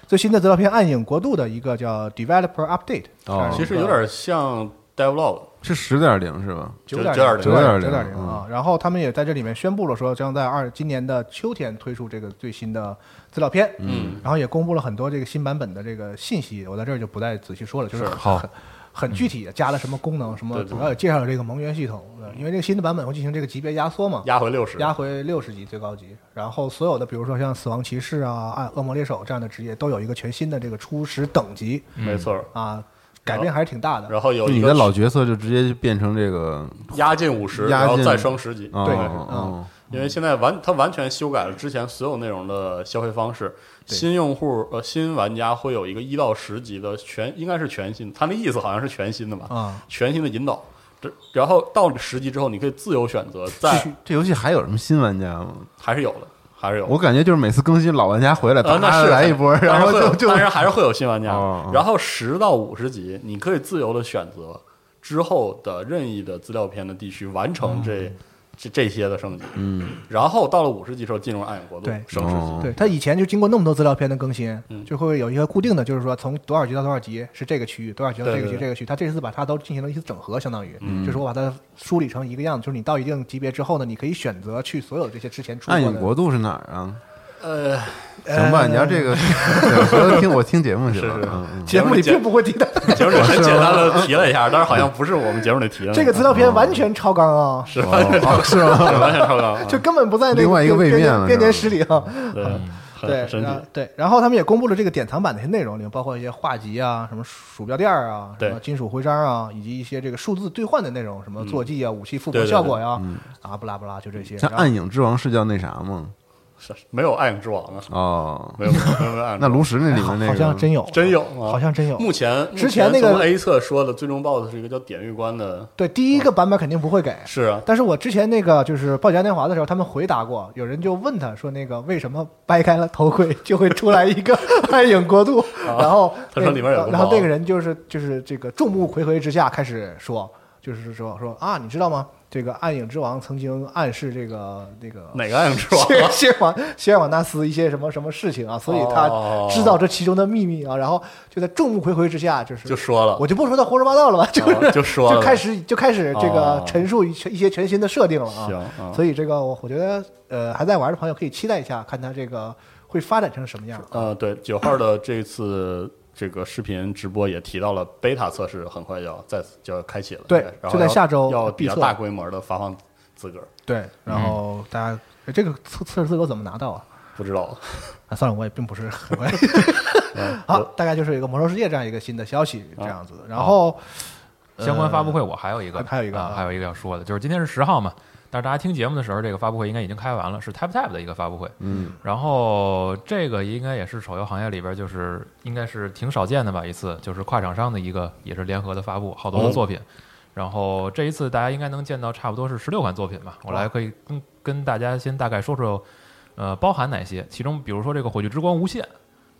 Speaker 6: 最新的资料片《暗影国度》的一个叫 Developer Update，
Speaker 3: 哦
Speaker 4: 其实有点像 Devlog，
Speaker 3: 是十点零是吧？
Speaker 6: 九点
Speaker 4: 9.0
Speaker 6: 九点
Speaker 3: 9.0
Speaker 6: 九点零啊。然后他们也在这里面宣布了说，将在二今年的秋天推出这个最新的资料片，嗯，然后也公布了很多这个新版本的这这个信息，我在这儿就不再仔细说了，就是
Speaker 4: 是
Speaker 5: 好
Speaker 6: 很很具体的加了什么功能，什么
Speaker 4: 对对
Speaker 6: 主要也介绍了这个盟约系统，呃因为这个新的版本会进行这个级别压缩嘛，
Speaker 4: 压回六十，
Speaker 6: 压回六十级最高级，然后所有的比如说像死亡骑士啊、暗恶魔猎手这样的职业都有一个全新的这个初始等级
Speaker 4: 没错儿。
Speaker 6: 啊，改变还是挺大的。
Speaker 4: 然后有一
Speaker 3: 你
Speaker 4: 个
Speaker 3: 的老角色就直接变成这个
Speaker 4: 压进五十，
Speaker 3: 压
Speaker 4: 然后
Speaker 3: 进
Speaker 4: 再升十级。嗯
Speaker 3: 哦
Speaker 6: 对
Speaker 3: 哦哦
Speaker 4: 因为现在完它完全修改了之前所有内容的消费方式。
Speaker 6: 对
Speaker 4: 新用户呃新玩家会有一个一到十级的全应该是全新，它那意思好像是全新的
Speaker 3: 嗯
Speaker 4: 吧？
Speaker 6: 啊，
Speaker 4: 全新的引导。这然后到十级之后，你可以自由选择，再
Speaker 3: 这这游戏还有什么新玩家吗？
Speaker 4: 还是有的，还是有的。
Speaker 3: 我感觉就是每次更新老玩家回来，
Speaker 6: 呃
Speaker 4: 啊，
Speaker 3: 啪
Speaker 4: 那是
Speaker 3: 来一波，
Speaker 4: 但是
Speaker 3: 然后
Speaker 4: 会有
Speaker 3: 就就
Speaker 4: 但是还是会有新玩家
Speaker 3: 哦哦。
Speaker 4: 然后十到五十级，你可以自由的选择之后的任意的资料片的地区完成
Speaker 3: 嗯
Speaker 4: 这这这些的升级。嗯，然后到了五十级时候进入暗影国度
Speaker 6: 对
Speaker 4: 升十级。
Speaker 3: 哦
Speaker 6: 对，它以前就经过那么多资料片的更新
Speaker 4: 嗯，
Speaker 6: 就会有一个固定的，就是说从多少级到多少级是这个区域，多少级到这个
Speaker 4: 对
Speaker 6: 区
Speaker 4: 对对嗯
Speaker 6: 这个区。它这次把它都进行了一次整合，相当于就是我把它梳理成一个样子，就是你到一定级别之后呢，你可以选择去所有这些之前出过
Speaker 3: 暗
Speaker 6: 的。
Speaker 3: 影国度是哪儿啊？
Speaker 4: 呃，
Speaker 3: 行吧，你要 这个，对回头听我听节目去了
Speaker 4: 是是。
Speaker 3: 嗯嗯
Speaker 6: 节目里并不会提到
Speaker 4: 节目里很简单的提了一下，但是好像不是我们节目里提的那
Speaker 6: 这个资料片，完全超纲啊，
Speaker 4: 是完全超纲，是完全超纲啊。
Speaker 6: 就根本不在那
Speaker 3: 另外一个位面了
Speaker 6: 编年
Speaker 3: 是
Speaker 6: 史里啊。
Speaker 4: 对，
Speaker 6: 对
Speaker 4: 很，神
Speaker 6: 然
Speaker 4: 奇
Speaker 6: 后。对，然后他们也公布了这个典藏版的一些内容，里面包括一些画集啊、什么鼠标垫儿啊、什
Speaker 4: 对嗯
Speaker 6: 么金属徽章啊，以及一些这个数字兑换的内容，什么坐骑啊、武器复
Speaker 4: 对
Speaker 6: 活
Speaker 4: 对嗯
Speaker 6: 效果呀、啊，不拉不拉，就这些。
Speaker 3: 像
Speaker 6: 然后
Speaker 3: 暗影之王是叫那啥吗？
Speaker 4: 是没有暗影之王啊，
Speaker 3: 哦，
Speaker 4: 没有没有没有暗影之王。
Speaker 3: 那炉石那里面那个
Speaker 6: 哎好像真有，
Speaker 4: 真有吗？
Speaker 6: 好像真有
Speaker 4: 目前
Speaker 6: 之前那个
Speaker 4: 目从 A 侧说的最终 BOSS 是一个叫典狱官的，
Speaker 6: 对，第一个版本肯定不 会给。
Speaker 4: 是啊，
Speaker 6: 但是我之前那个就是《暴雪嘉年华》的时候，他们回答过，有人就问他说：“那个为什么掰开了头盔就会出来一个 暗影国度？”然后
Speaker 4: 啊他说里面有个
Speaker 6: 然后
Speaker 4: 猫
Speaker 6: 那个人就是就是这个众目睽睽之下开始说，就是说说啊，你知道吗？这个暗影之王曾经暗示这个那个
Speaker 4: 哪个暗影 啊之王？
Speaker 6: 谢谢瓦谢瓦纳斯一些什么什么事情啊，所以他
Speaker 4: 哦
Speaker 6: 知道这其中的秘密啊，然后就在众目睽睽之下，就是
Speaker 4: 就说了
Speaker 6: 我就不说他胡说八道了吧，就是、
Speaker 4: 哦就说了
Speaker 6: 就开始就开始这个
Speaker 4: 哦
Speaker 6: 陈述一些一些全新的设定了啊，
Speaker 4: 行嗯
Speaker 6: 所以这个我我觉得呃还在玩的朋友可以期待一下，看他这个会发展成什么样。
Speaker 4: 呃，对，九号的这次这个视频直播也提到了贝塔测试很快就要再次就要开启了，
Speaker 6: 对
Speaker 4: 应该然后
Speaker 6: 就在
Speaker 4: 要
Speaker 6: 下周
Speaker 4: 要比较
Speaker 6: 闭测
Speaker 4: 大规模的发放资格，
Speaker 6: 对，
Speaker 4: 嗯
Speaker 6: 然后大家、呃这个测测试资格怎么拿到啊？
Speaker 4: 不知道
Speaker 6: 啊，算了，我也并不是很 关好
Speaker 4: 呃我，哦
Speaker 6: 大概就是一个魔兽世界这样一个新的消息这样子，然后。
Speaker 5: 相关发布会我还有一个，
Speaker 6: 呃还还有一个
Speaker 5: 啊
Speaker 6: 啊
Speaker 5: 还有一个要说的，就是今天是十号嘛，但是大家听节目的时候，这个发布会应该已经开完了，是 Tap Tap 的一个发布会。嗯，然后这个应该也是手游行业里边就是应该是挺少见的吧，一次就是跨厂商的一个也是联合的发布，好多
Speaker 6: 哦
Speaker 5: 的作品。然后这一次大家应该能见到差不多是十六款作品吧，我
Speaker 6: 哦
Speaker 5: 来可以跟跟大家先大概说说，呃，包含哪些？其中比如说这个《火炬之光无限》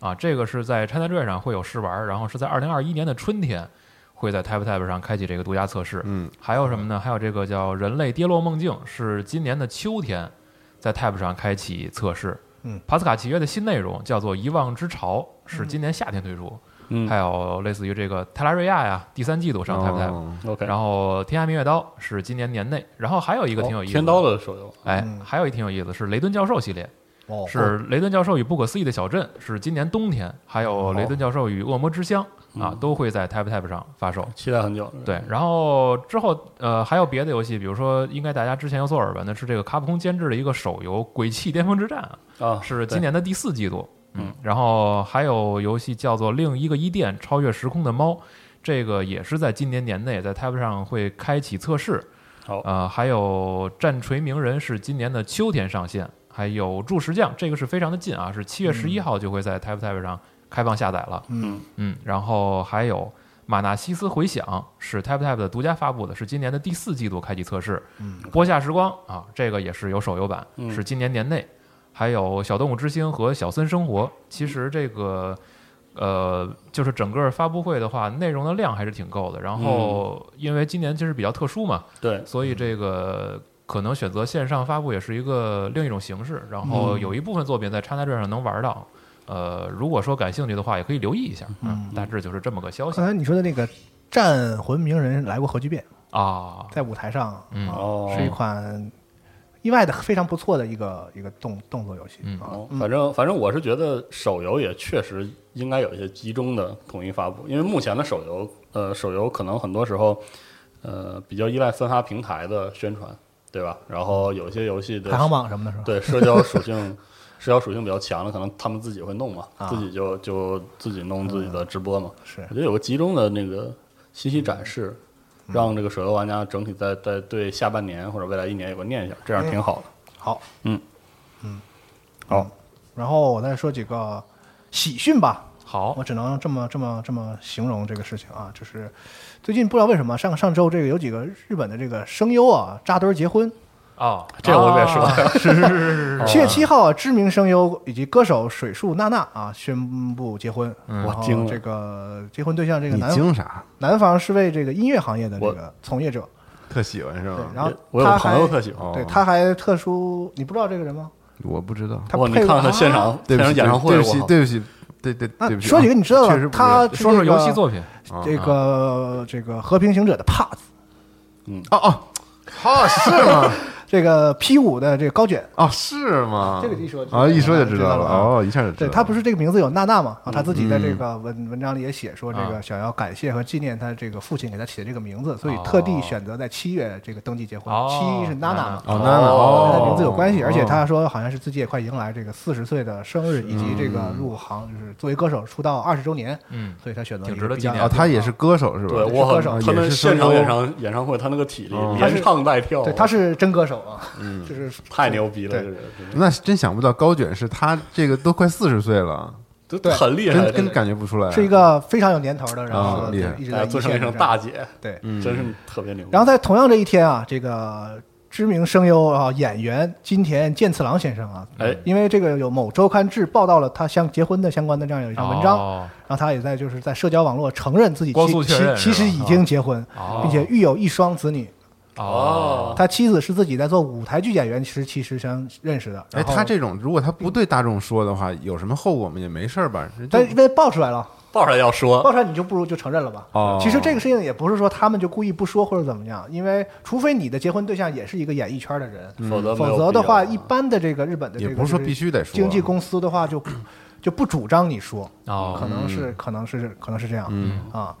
Speaker 5: 啊，这个是在 ChinaJoy 上会有试玩，然后是在二零二一年的春天会在 TapTap 上开启这个独家测试。
Speaker 3: 嗯，
Speaker 5: 还有什么呢？还有这个叫《人类跌落梦境》，是今年的秋天在 Tap 上开启测试。
Speaker 6: 嗯，
Speaker 5: 帕斯卡契约的新内容叫做《遗忘之潮》，是今年夏天推出。
Speaker 4: 嗯
Speaker 5: 还有类似于这个《泰拉瑞亚》呀，第三季度上 Tap Tap。
Speaker 3: 哦
Speaker 4: ，OK，
Speaker 5: 然后《天涯明月刀》是今年年内，然后还有一
Speaker 4: 一
Speaker 5: 个挺有意思的，
Speaker 4: 哦天刀的手游，
Speaker 5: 哎
Speaker 6: 嗯，
Speaker 5: 还有一挺有意思是雷顿教授系列，
Speaker 6: 哦，
Speaker 5: 是雷顿教授与不可思议的小镇，是今年冬天，还有雷顿教授与恶魔之乡啊，都会在 Tap Tap 上发售。
Speaker 4: 期待很久，
Speaker 5: 对，然后之后呃还有别的游戏，比如说应该大家之前有所耳闻的是这个卡普空监制的一个手游《鬼泣巅峰之战》，
Speaker 4: 啊，
Speaker 5: 是
Speaker 4: 对
Speaker 5: 今年的第四季度。嗯
Speaker 4: 嗯，
Speaker 5: 然后还有游戏叫做《另一个伊甸：超越时空的猫》，这个也是在今年年内在 Tab 上会开启测试。
Speaker 4: 好
Speaker 5: 呃，还有《战锤鸣人》是今年的秋天上线，还有《筑石匠》这个是非常的近啊，是七月十一
Speaker 4: 嗯
Speaker 5: 号就会在 Tab Tab 上开放下载了。
Speaker 6: 嗯
Speaker 5: 嗯，然后还有《马纳西斯回响》是 Tab Tab 的独家发布的，是今年的第四季度开启测试。
Speaker 6: 嗯，
Speaker 5: 播下时光啊，这个也是有手游版，
Speaker 4: 嗯
Speaker 5: 是今年年内。还有《小动物之星》和《小森生活》，其实这个呃，就是整个发布会的话，内容的量还是挺够的。然后因为今年就是比较特殊嘛，
Speaker 4: 对，
Speaker 5: 所以这个可能选择线上发布也是一个另一种形式。然后有一部分作品在 China 上能玩到。呃，如果说感兴趣的话，也可以留意一下。嗯，大致就是这么个消息
Speaker 6: 刚才你说的那个《战魂鸣人》来过核聚变，
Speaker 5: 啊。
Speaker 6: 在舞台上，啊
Speaker 5: 嗯
Speaker 4: 哦
Speaker 6: 是一款意外的非常不错的一个一个动动作游戏
Speaker 5: 嗯
Speaker 6: 啊。
Speaker 4: 哦，反正反正我是觉得手游也确实应该有一些集中的统一发布，因为目前的手游，呃，手游可能很多时候，呃，比较依赖分发平台的宣传，对吧？然后有一些游戏的
Speaker 6: 排行榜什么的是吧？
Speaker 4: 对社交属性，社交属性比较强的，可能他们自己会弄嘛，
Speaker 6: 啊嗯
Speaker 4: 自己就就自己弄自己的直播嘛。
Speaker 6: 是
Speaker 4: 我觉得有个集中的那个信息展示，
Speaker 6: 嗯
Speaker 4: 让这个手游玩家整体在在对下半年或者未来一年有个念想，这样挺好的。
Speaker 6: 好，
Speaker 4: 好，
Speaker 6: 然后我再说几个喜讯吧。
Speaker 5: 好
Speaker 6: 我，只能这么这么这么形容这个事情啊，就是最近不知道为什么上上周这个有几个日本的这个声优啊扎堆儿结婚，
Speaker 5: 哦，
Speaker 4: 这我也说
Speaker 5: 啊，是是是是
Speaker 4: 哦
Speaker 5: 是，
Speaker 6: 七月七号啊，知名声优以及歌手水树娜娜啊宣布结婚，然后
Speaker 4: 惊了
Speaker 6: 这个结婚对象这个
Speaker 3: 你
Speaker 6: 男
Speaker 3: 惊啥？
Speaker 6: 男方是为这个音乐行业的这
Speaker 4: 我
Speaker 6: 个从业者，
Speaker 3: 特喜欢是
Speaker 6: 对
Speaker 3: 吧，？
Speaker 6: 然后
Speaker 4: 我有
Speaker 6: 他
Speaker 4: 朋友
Speaker 6: 还
Speaker 4: 特喜欢，
Speaker 3: 哦
Speaker 6: 对，他还特殊，你不知道这个人吗？
Speaker 3: 我不知道。
Speaker 6: 他
Speaker 4: 哦哇，你
Speaker 6: 配啊
Speaker 4: 看了
Speaker 6: 过
Speaker 4: 他现场
Speaker 3: 对
Speaker 4: 现
Speaker 3: 不
Speaker 4: 场
Speaker 3: 起，
Speaker 4: 演唱会，
Speaker 3: 对
Speaker 4: 我
Speaker 3: 不起，
Speaker 4: 靠
Speaker 3: 对不起，对对对
Speaker 6: 那
Speaker 3: 不起啊。
Speaker 6: 说几个你知道
Speaker 3: 确实
Speaker 6: 的，
Speaker 3: 不知
Speaker 6: 他
Speaker 3: 道
Speaker 6: 是
Speaker 5: 说说
Speaker 6: 这
Speaker 5: 游
Speaker 6: 个
Speaker 5: 戏作品，
Speaker 6: 这个这个和平行者的 p a t
Speaker 3: 哦哦，哦是吗？
Speaker 6: 这个 P 五的这个高卷，
Speaker 3: 哦是吗？
Speaker 6: 这个一说就知道
Speaker 3: 啊，一说就知道
Speaker 6: 了
Speaker 3: 了，
Speaker 6: 啊
Speaker 3: 哦，一下就知道
Speaker 6: 对
Speaker 3: 了。
Speaker 6: 他不是这个名字有娜娜嘛？啊，他自己在这个文文章里也写说，这个想要感谢和纪念他这个父亲给他起的这个名字，所以特地选择在七月这个登记结婚
Speaker 5: 哦。
Speaker 6: 七是娜
Speaker 5: 娜
Speaker 6: 娜
Speaker 5: 娜
Speaker 6: 嘛？
Speaker 3: 哦，娜娜哦
Speaker 6: 跟，他名字有关系，而且
Speaker 3: 哦
Speaker 6: 他说好像是自己也快迎来这个四十岁的生日，以及这个入行就是作为歌手出道二十周年，
Speaker 5: 嗯，
Speaker 6: 所以他选择
Speaker 5: 挺
Speaker 6: 一
Speaker 5: 值
Speaker 6: 个
Speaker 5: 得
Speaker 6: 比
Speaker 5: 纪
Speaker 6: 较
Speaker 5: 念
Speaker 3: 啊，他也是歌手是吧？
Speaker 4: 对
Speaker 6: 是
Speaker 4: 我
Speaker 6: 歌
Speaker 4: 很
Speaker 6: 手
Speaker 4: 他
Speaker 3: 也
Speaker 4: 们
Speaker 3: 是
Speaker 4: 现
Speaker 3: 声
Speaker 4: 场
Speaker 3: 优
Speaker 4: 演唱演唱会，他那个体力
Speaker 3: 嗯
Speaker 6: 他是
Speaker 4: 连唱带跳，
Speaker 6: 对，他是真歌手啊，就是
Speaker 4: 太牛逼了，
Speaker 6: 对
Speaker 4: 这个人真
Speaker 3: 那真想不到高卷是他这个都快四十岁 了，
Speaker 4: 的都很厉害，
Speaker 3: 真
Speaker 4: 真
Speaker 3: 真感觉不出来。
Speaker 6: 啊是一个非常有年头的，然
Speaker 3: 啊
Speaker 6: 后
Speaker 3: 厉害
Speaker 6: 一直在
Speaker 4: 哎，
Speaker 6: 一
Speaker 4: 做成
Speaker 6: 线
Speaker 4: 一声
Speaker 6: 上
Speaker 4: 大嗯姐，
Speaker 6: 对，
Speaker 3: 嗯
Speaker 4: 真是特别牛。
Speaker 6: 然后在同样这一天啊，这个知名声优啊演员金田健次郎先生啊，
Speaker 4: 哎
Speaker 6: 因为这个有某周刊志报道了他相结婚的相关的这样有一篇文章，
Speaker 5: 哦
Speaker 6: 然后他也在就是在社交网络承认自己
Speaker 5: 光
Speaker 6: 其
Speaker 5: 速确
Speaker 6: 其
Speaker 5: 认是
Speaker 6: 其实
Speaker 5: 吧
Speaker 6: 已经结婚，
Speaker 5: 哦
Speaker 6: 并且育有一双子女。
Speaker 5: 哦，
Speaker 6: 他妻子是自己在做舞台剧演员时其实相认识的。
Speaker 3: 哎，
Speaker 6: 然后
Speaker 3: 他这种如果他不对大众说的话，有什么后果吗？也没事儿吧？人家
Speaker 6: 但是被爆出来了，
Speaker 4: 报上要说，
Speaker 6: 爆出来你就不如就承认了吧。
Speaker 3: 哦
Speaker 6: 其实这个事情也不是说他们就故意不说或者怎么样，因为除非你的结婚对象也是一个演艺圈的人，
Speaker 4: 嗯否则没有
Speaker 6: 否则的
Speaker 4: 必要啊
Speaker 6: 话，一般的这个日本的这
Speaker 3: 嗯也
Speaker 6: 个
Speaker 3: 不是说必须得说啊
Speaker 6: 经纪公司的话就就不主张你说，
Speaker 5: 哦
Speaker 6: 可能
Speaker 3: 嗯
Speaker 6: 是可能是可能是这样，啊。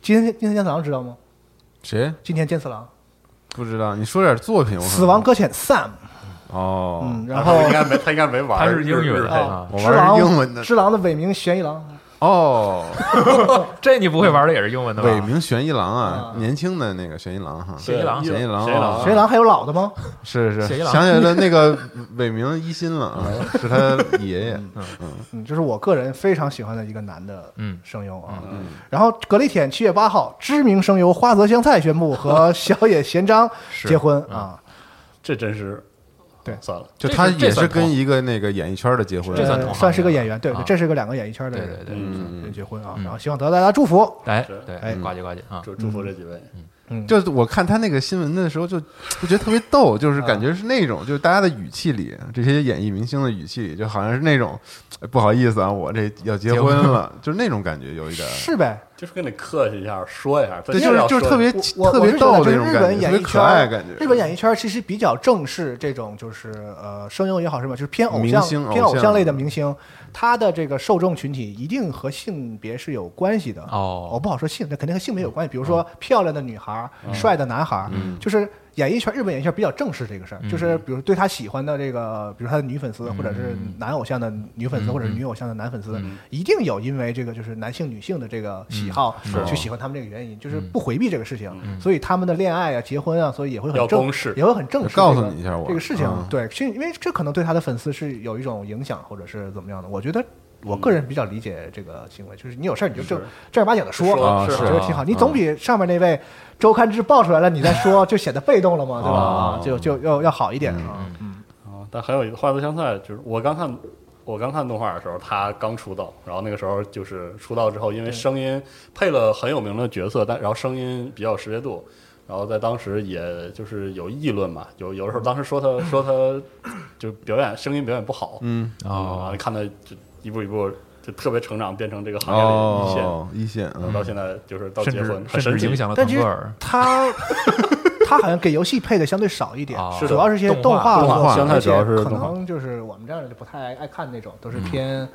Speaker 6: 今天今天健次郎知道吗？
Speaker 3: 谁
Speaker 6: 今天健次郎
Speaker 3: 不知道？你说点作品，我
Speaker 6: 《
Speaker 3: 可能
Speaker 6: 死亡搁浅 Sam》，
Speaker 3: 哦，
Speaker 6: 嗯，然后
Speaker 4: 应该没他应该没玩，
Speaker 5: 他是英语的
Speaker 4: 的，
Speaker 5: 啊，
Speaker 3: 我
Speaker 6: 之
Speaker 3: 玩
Speaker 6: 狼
Speaker 3: 的英文的
Speaker 6: 之狼的伪名玄一郎，
Speaker 3: 哦，
Speaker 5: 这你不会玩的也是英文的吧？
Speaker 3: 伪名玄一郎啊，
Speaker 6: 啊
Speaker 3: 年轻的那个玄一郎哈，
Speaker 5: 对狼
Speaker 3: 玄一郎
Speaker 4: 玄一郎啊
Speaker 3: 哦
Speaker 6: 玄一郎啊还有老的吗？
Speaker 3: 是是
Speaker 5: 玄一，郎
Speaker 3: 想起来 了那个伪名一心了啊，是他爷爷，
Speaker 6: 嗯，这是我个人非常喜欢的一个男的
Speaker 5: 嗯
Speaker 6: 声优啊。然后隔了一天，七月八号，知名声优花泽香菜宣布 和小野贤章结婚
Speaker 5: 嗯
Speaker 6: 啊。
Speaker 4: 这真是
Speaker 6: 对
Speaker 4: 算了，
Speaker 3: 就他
Speaker 5: 这这
Speaker 3: 也是
Speaker 5: 算同
Speaker 3: 跟一个那个演艺圈的结婚，
Speaker 5: 这算同
Speaker 6: 呃
Speaker 5: 行
Speaker 6: 算是个
Speaker 5: 业
Speaker 6: 演员，对
Speaker 5: 啊，
Speaker 6: 这是个两个演艺圈的
Speaker 5: 对
Speaker 6: 人
Speaker 5: 对对，
Speaker 6: 嗯结婚啊。然后希望得到大家祝福。
Speaker 5: 哎
Speaker 4: 是
Speaker 5: 对，
Speaker 6: 哎
Speaker 5: 呱唧呱唧啊，
Speaker 4: 祝祝福
Speaker 6: 嗯
Speaker 4: 这几位。
Speaker 3: 就是我看他那个新闻的时候就，就觉得特别逗，就是感觉是那种，就是大家的语气里，这些演艺明星的语气里，就好像是那种、哎不好意思啊，我这要结婚 了，就是那种感觉，有一点，
Speaker 6: 是呗？
Speaker 4: 就是跟你客气一下，说一下，
Speaker 3: 对，就
Speaker 4: 真
Speaker 3: 是
Speaker 4: 要
Speaker 3: 就是
Speaker 4: 说
Speaker 3: 特别
Speaker 6: 我我
Speaker 3: 哎特别
Speaker 6: 我是觉
Speaker 3: 逗
Speaker 6: 得
Speaker 3: 的
Speaker 6: 这
Speaker 3: 那种
Speaker 6: 是日
Speaker 3: 感
Speaker 6: 本
Speaker 3: 觉，
Speaker 6: 演
Speaker 3: 特别
Speaker 6: 艺圈，
Speaker 3: 可爱感觉。
Speaker 6: 日本演艺圈其实比较正视这种就是呃声优也好什么，就是偏偶
Speaker 3: 明
Speaker 6: 像
Speaker 3: 星
Speaker 6: 偏
Speaker 3: 偶
Speaker 6: 偶
Speaker 3: 像
Speaker 6: 像类的明星，他的这个受众群体一定和性别是有关系的。
Speaker 5: 哦
Speaker 6: 我不好说性，那肯定和性别有关系。比如说漂亮的女孩儿、帅的男孩儿，就是演艺圈日本演艺圈比较正视这个事儿，就是比如对他喜欢的这个，比如他的女粉丝或者是男偶像的女粉丝或者是女偶像的男粉丝，一定有因为这个就是男性女性的这个喜好去喜欢他们这个原因，就是不回避这个事情，所以他们的恋爱啊、结婚啊，所以也会
Speaker 4: 要
Speaker 6: 很
Speaker 4: 公
Speaker 6: 正
Speaker 4: 示
Speaker 6: 视，也会很正视这个。
Speaker 3: 告诉你一下我
Speaker 6: 这个事情
Speaker 3: 嗯，
Speaker 6: 对，其实因为这可能对他的粉丝是有一种影响，或者是怎么样的。我觉得我个人比较理解这个行为，就是你有事儿你就正正儿八经的说，
Speaker 4: 说
Speaker 5: 啊
Speaker 6: 我
Speaker 4: 是
Speaker 6: 觉得挺好。你总比上面那位周刊志爆出来了你再说，就显得被动了嘛，对吧？啊，就就要要好一点
Speaker 5: 嗯
Speaker 4: 啊，
Speaker 6: 啊。
Speaker 4: 但还有一个花泽香菜，就是我刚看我刚看动画的时候，他刚出道，然后那个时候就是出道之后，因为声音配了很有名的角色，但然后声音比较有识别度，然后在当时也就是有议论嘛，有有的时候当时说他说他就表演声音表演不好，嗯，然后
Speaker 5: 哦
Speaker 4: 看他就一步一步就特别成长，变成这个行业的一线，
Speaker 3: 哦，一线，
Speaker 4: 然后
Speaker 3: 嗯
Speaker 4: 到现在就是到
Speaker 5: 甚
Speaker 4: 结婚
Speaker 5: 至，
Speaker 4: 很
Speaker 5: 甚
Speaker 4: 神
Speaker 5: 至影
Speaker 4: 奇。
Speaker 5: 响了
Speaker 6: 但
Speaker 5: 腾
Speaker 6: 其
Speaker 5: 格
Speaker 6: 实
Speaker 5: 尔，
Speaker 6: 他他好像给游戏配的相对少一点
Speaker 5: 啊是，的
Speaker 6: 主要是些
Speaker 5: 动
Speaker 6: 动
Speaker 5: 画
Speaker 6: 作
Speaker 4: 动画
Speaker 6: 而且
Speaker 4: 现在主要是
Speaker 6: 可
Speaker 4: 动画
Speaker 6: 能就是我们这样的就不太爱看那种，都是
Speaker 5: 嗯
Speaker 6: 偏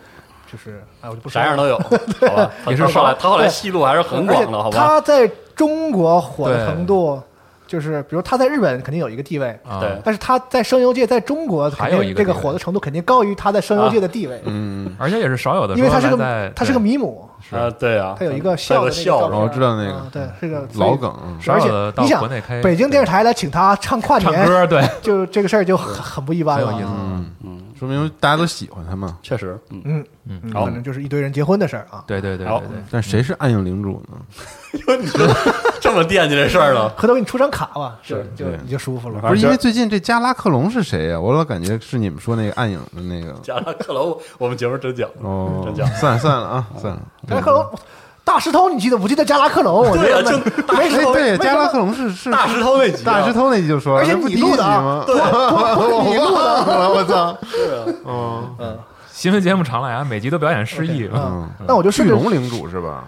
Speaker 6: 就是哎，我就不说
Speaker 4: 啥样
Speaker 6: 了
Speaker 4: 都有，好吧？
Speaker 5: 也是
Speaker 4: 他后来
Speaker 5: 少
Speaker 4: 他后来戏路还是很
Speaker 6: 而且
Speaker 4: 广的，好吧？
Speaker 6: 他在中国火的程度，就是比如他在日本肯定有一个地位，
Speaker 5: 啊，
Speaker 4: 对
Speaker 6: 但是他在声优界在中国肯
Speaker 5: 还有一
Speaker 6: 定
Speaker 5: 个
Speaker 6: 这个
Speaker 5: 地位
Speaker 6: 火的程度肯定高于他在声优界的地位，
Speaker 3: 嗯，
Speaker 5: 而且也是少有的
Speaker 6: 因
Speaker 5: 说
Speaker 6: 为
Speaker 5: 还
Speaker 6: 他
Speaker 5: 在，
Speaker 6: 是个他是个
Speaker 5: 对
Speaker 6: 米姆，
Speaker 4: 啊，对啊，
Speaker 6: 他有一个笑
Speaker 4: 个
Speaker 6: 的那个照
Speaker 4: 笑
Speaker 6: 片
Speaker 4: 容
Speaker 3: 哦，我知道那个嗯
Speaker 6: 啊对，是个
Speaker 3: 老。梗，
Speaker 6: 所以
Speaker 5: 少
Speaker 6: 而
Speaker 5: 有的
Speaker 6: 且
Speaker 5: 到
Speaker 6: 你
Speaker 5: 国内
Speaker 6: 想，
Speaker 5: 开
Speaker 6: 北京电视台来请他唱跨
Speaker 5: 唱
Speaker 6: 年，
Speaker 5: 歌， 对，
Speaker 6: 就这个事儿就很很不一般
Speaker 5: 很有
Speaker 6: 了啊
Speaker 5: 意思。。
Speaker 3: 嗯嗯，说明大家都喜欢他嘛。
Speaker 4: 确实，嗯，
Speaker 6: 嗯
Speaker 5: 嗯
Speaker 6: 嗯，
Speaker 4: 好
Speaker 6: 反正就是一堆人结婚的事儿啊。
Speaker 5: 对对对
Speaker 4: 好
Speaker 5: 对对，
Speaker 3: 但谁是暗影领主呢？
Speaker 4: 这么惦记这事儿了，
Speaker 6: 回头给你出张卡吧，
Speaker 4: 是
Speaker 6: 就
Speaker 3: 对
Speaker 6: 你就舒服了。
Speaker 3: 不是因为最近这加拉克隆是谁呀？我老感觉是你们说那个暗影的那个。
Speaker 4: 加拉克楼，我们节目真讲，
Speaker 3: 哦
Speaker 4: 真，讲，
Speaker 3: 算了算了啊，算了。
Speaker 6: 加拉克隆，哎大石头，你记得不记得加拉克隆？我觉
Speaker 4: 对啊，
Speaker 6: 得
Speaker 4: 就大
Speaker 3: 哎，
Speaker 4: 石头，
Speaker 3: 对，加拉克隆是是
Speaker 4: 大石头那集啊，
Speaker 3: 大石头那集就说了，
Speaker 6: 而且
Speaker 3: 那不
Speaker 6: 你
Speaker 3: 第一
Speaker 6: 录的
Speaker 3: 集
Speaker 6: 啊
Speaker 3: 吗？ 对，我忘了，我操！
Speaker 5: 新闻节目常来啊，每集都表演失忆。
Speaker 6: 嗯，那我就顺
Speaker 3: 巨
Speaker 6: 着
Speaker 3: 龙领主是吧？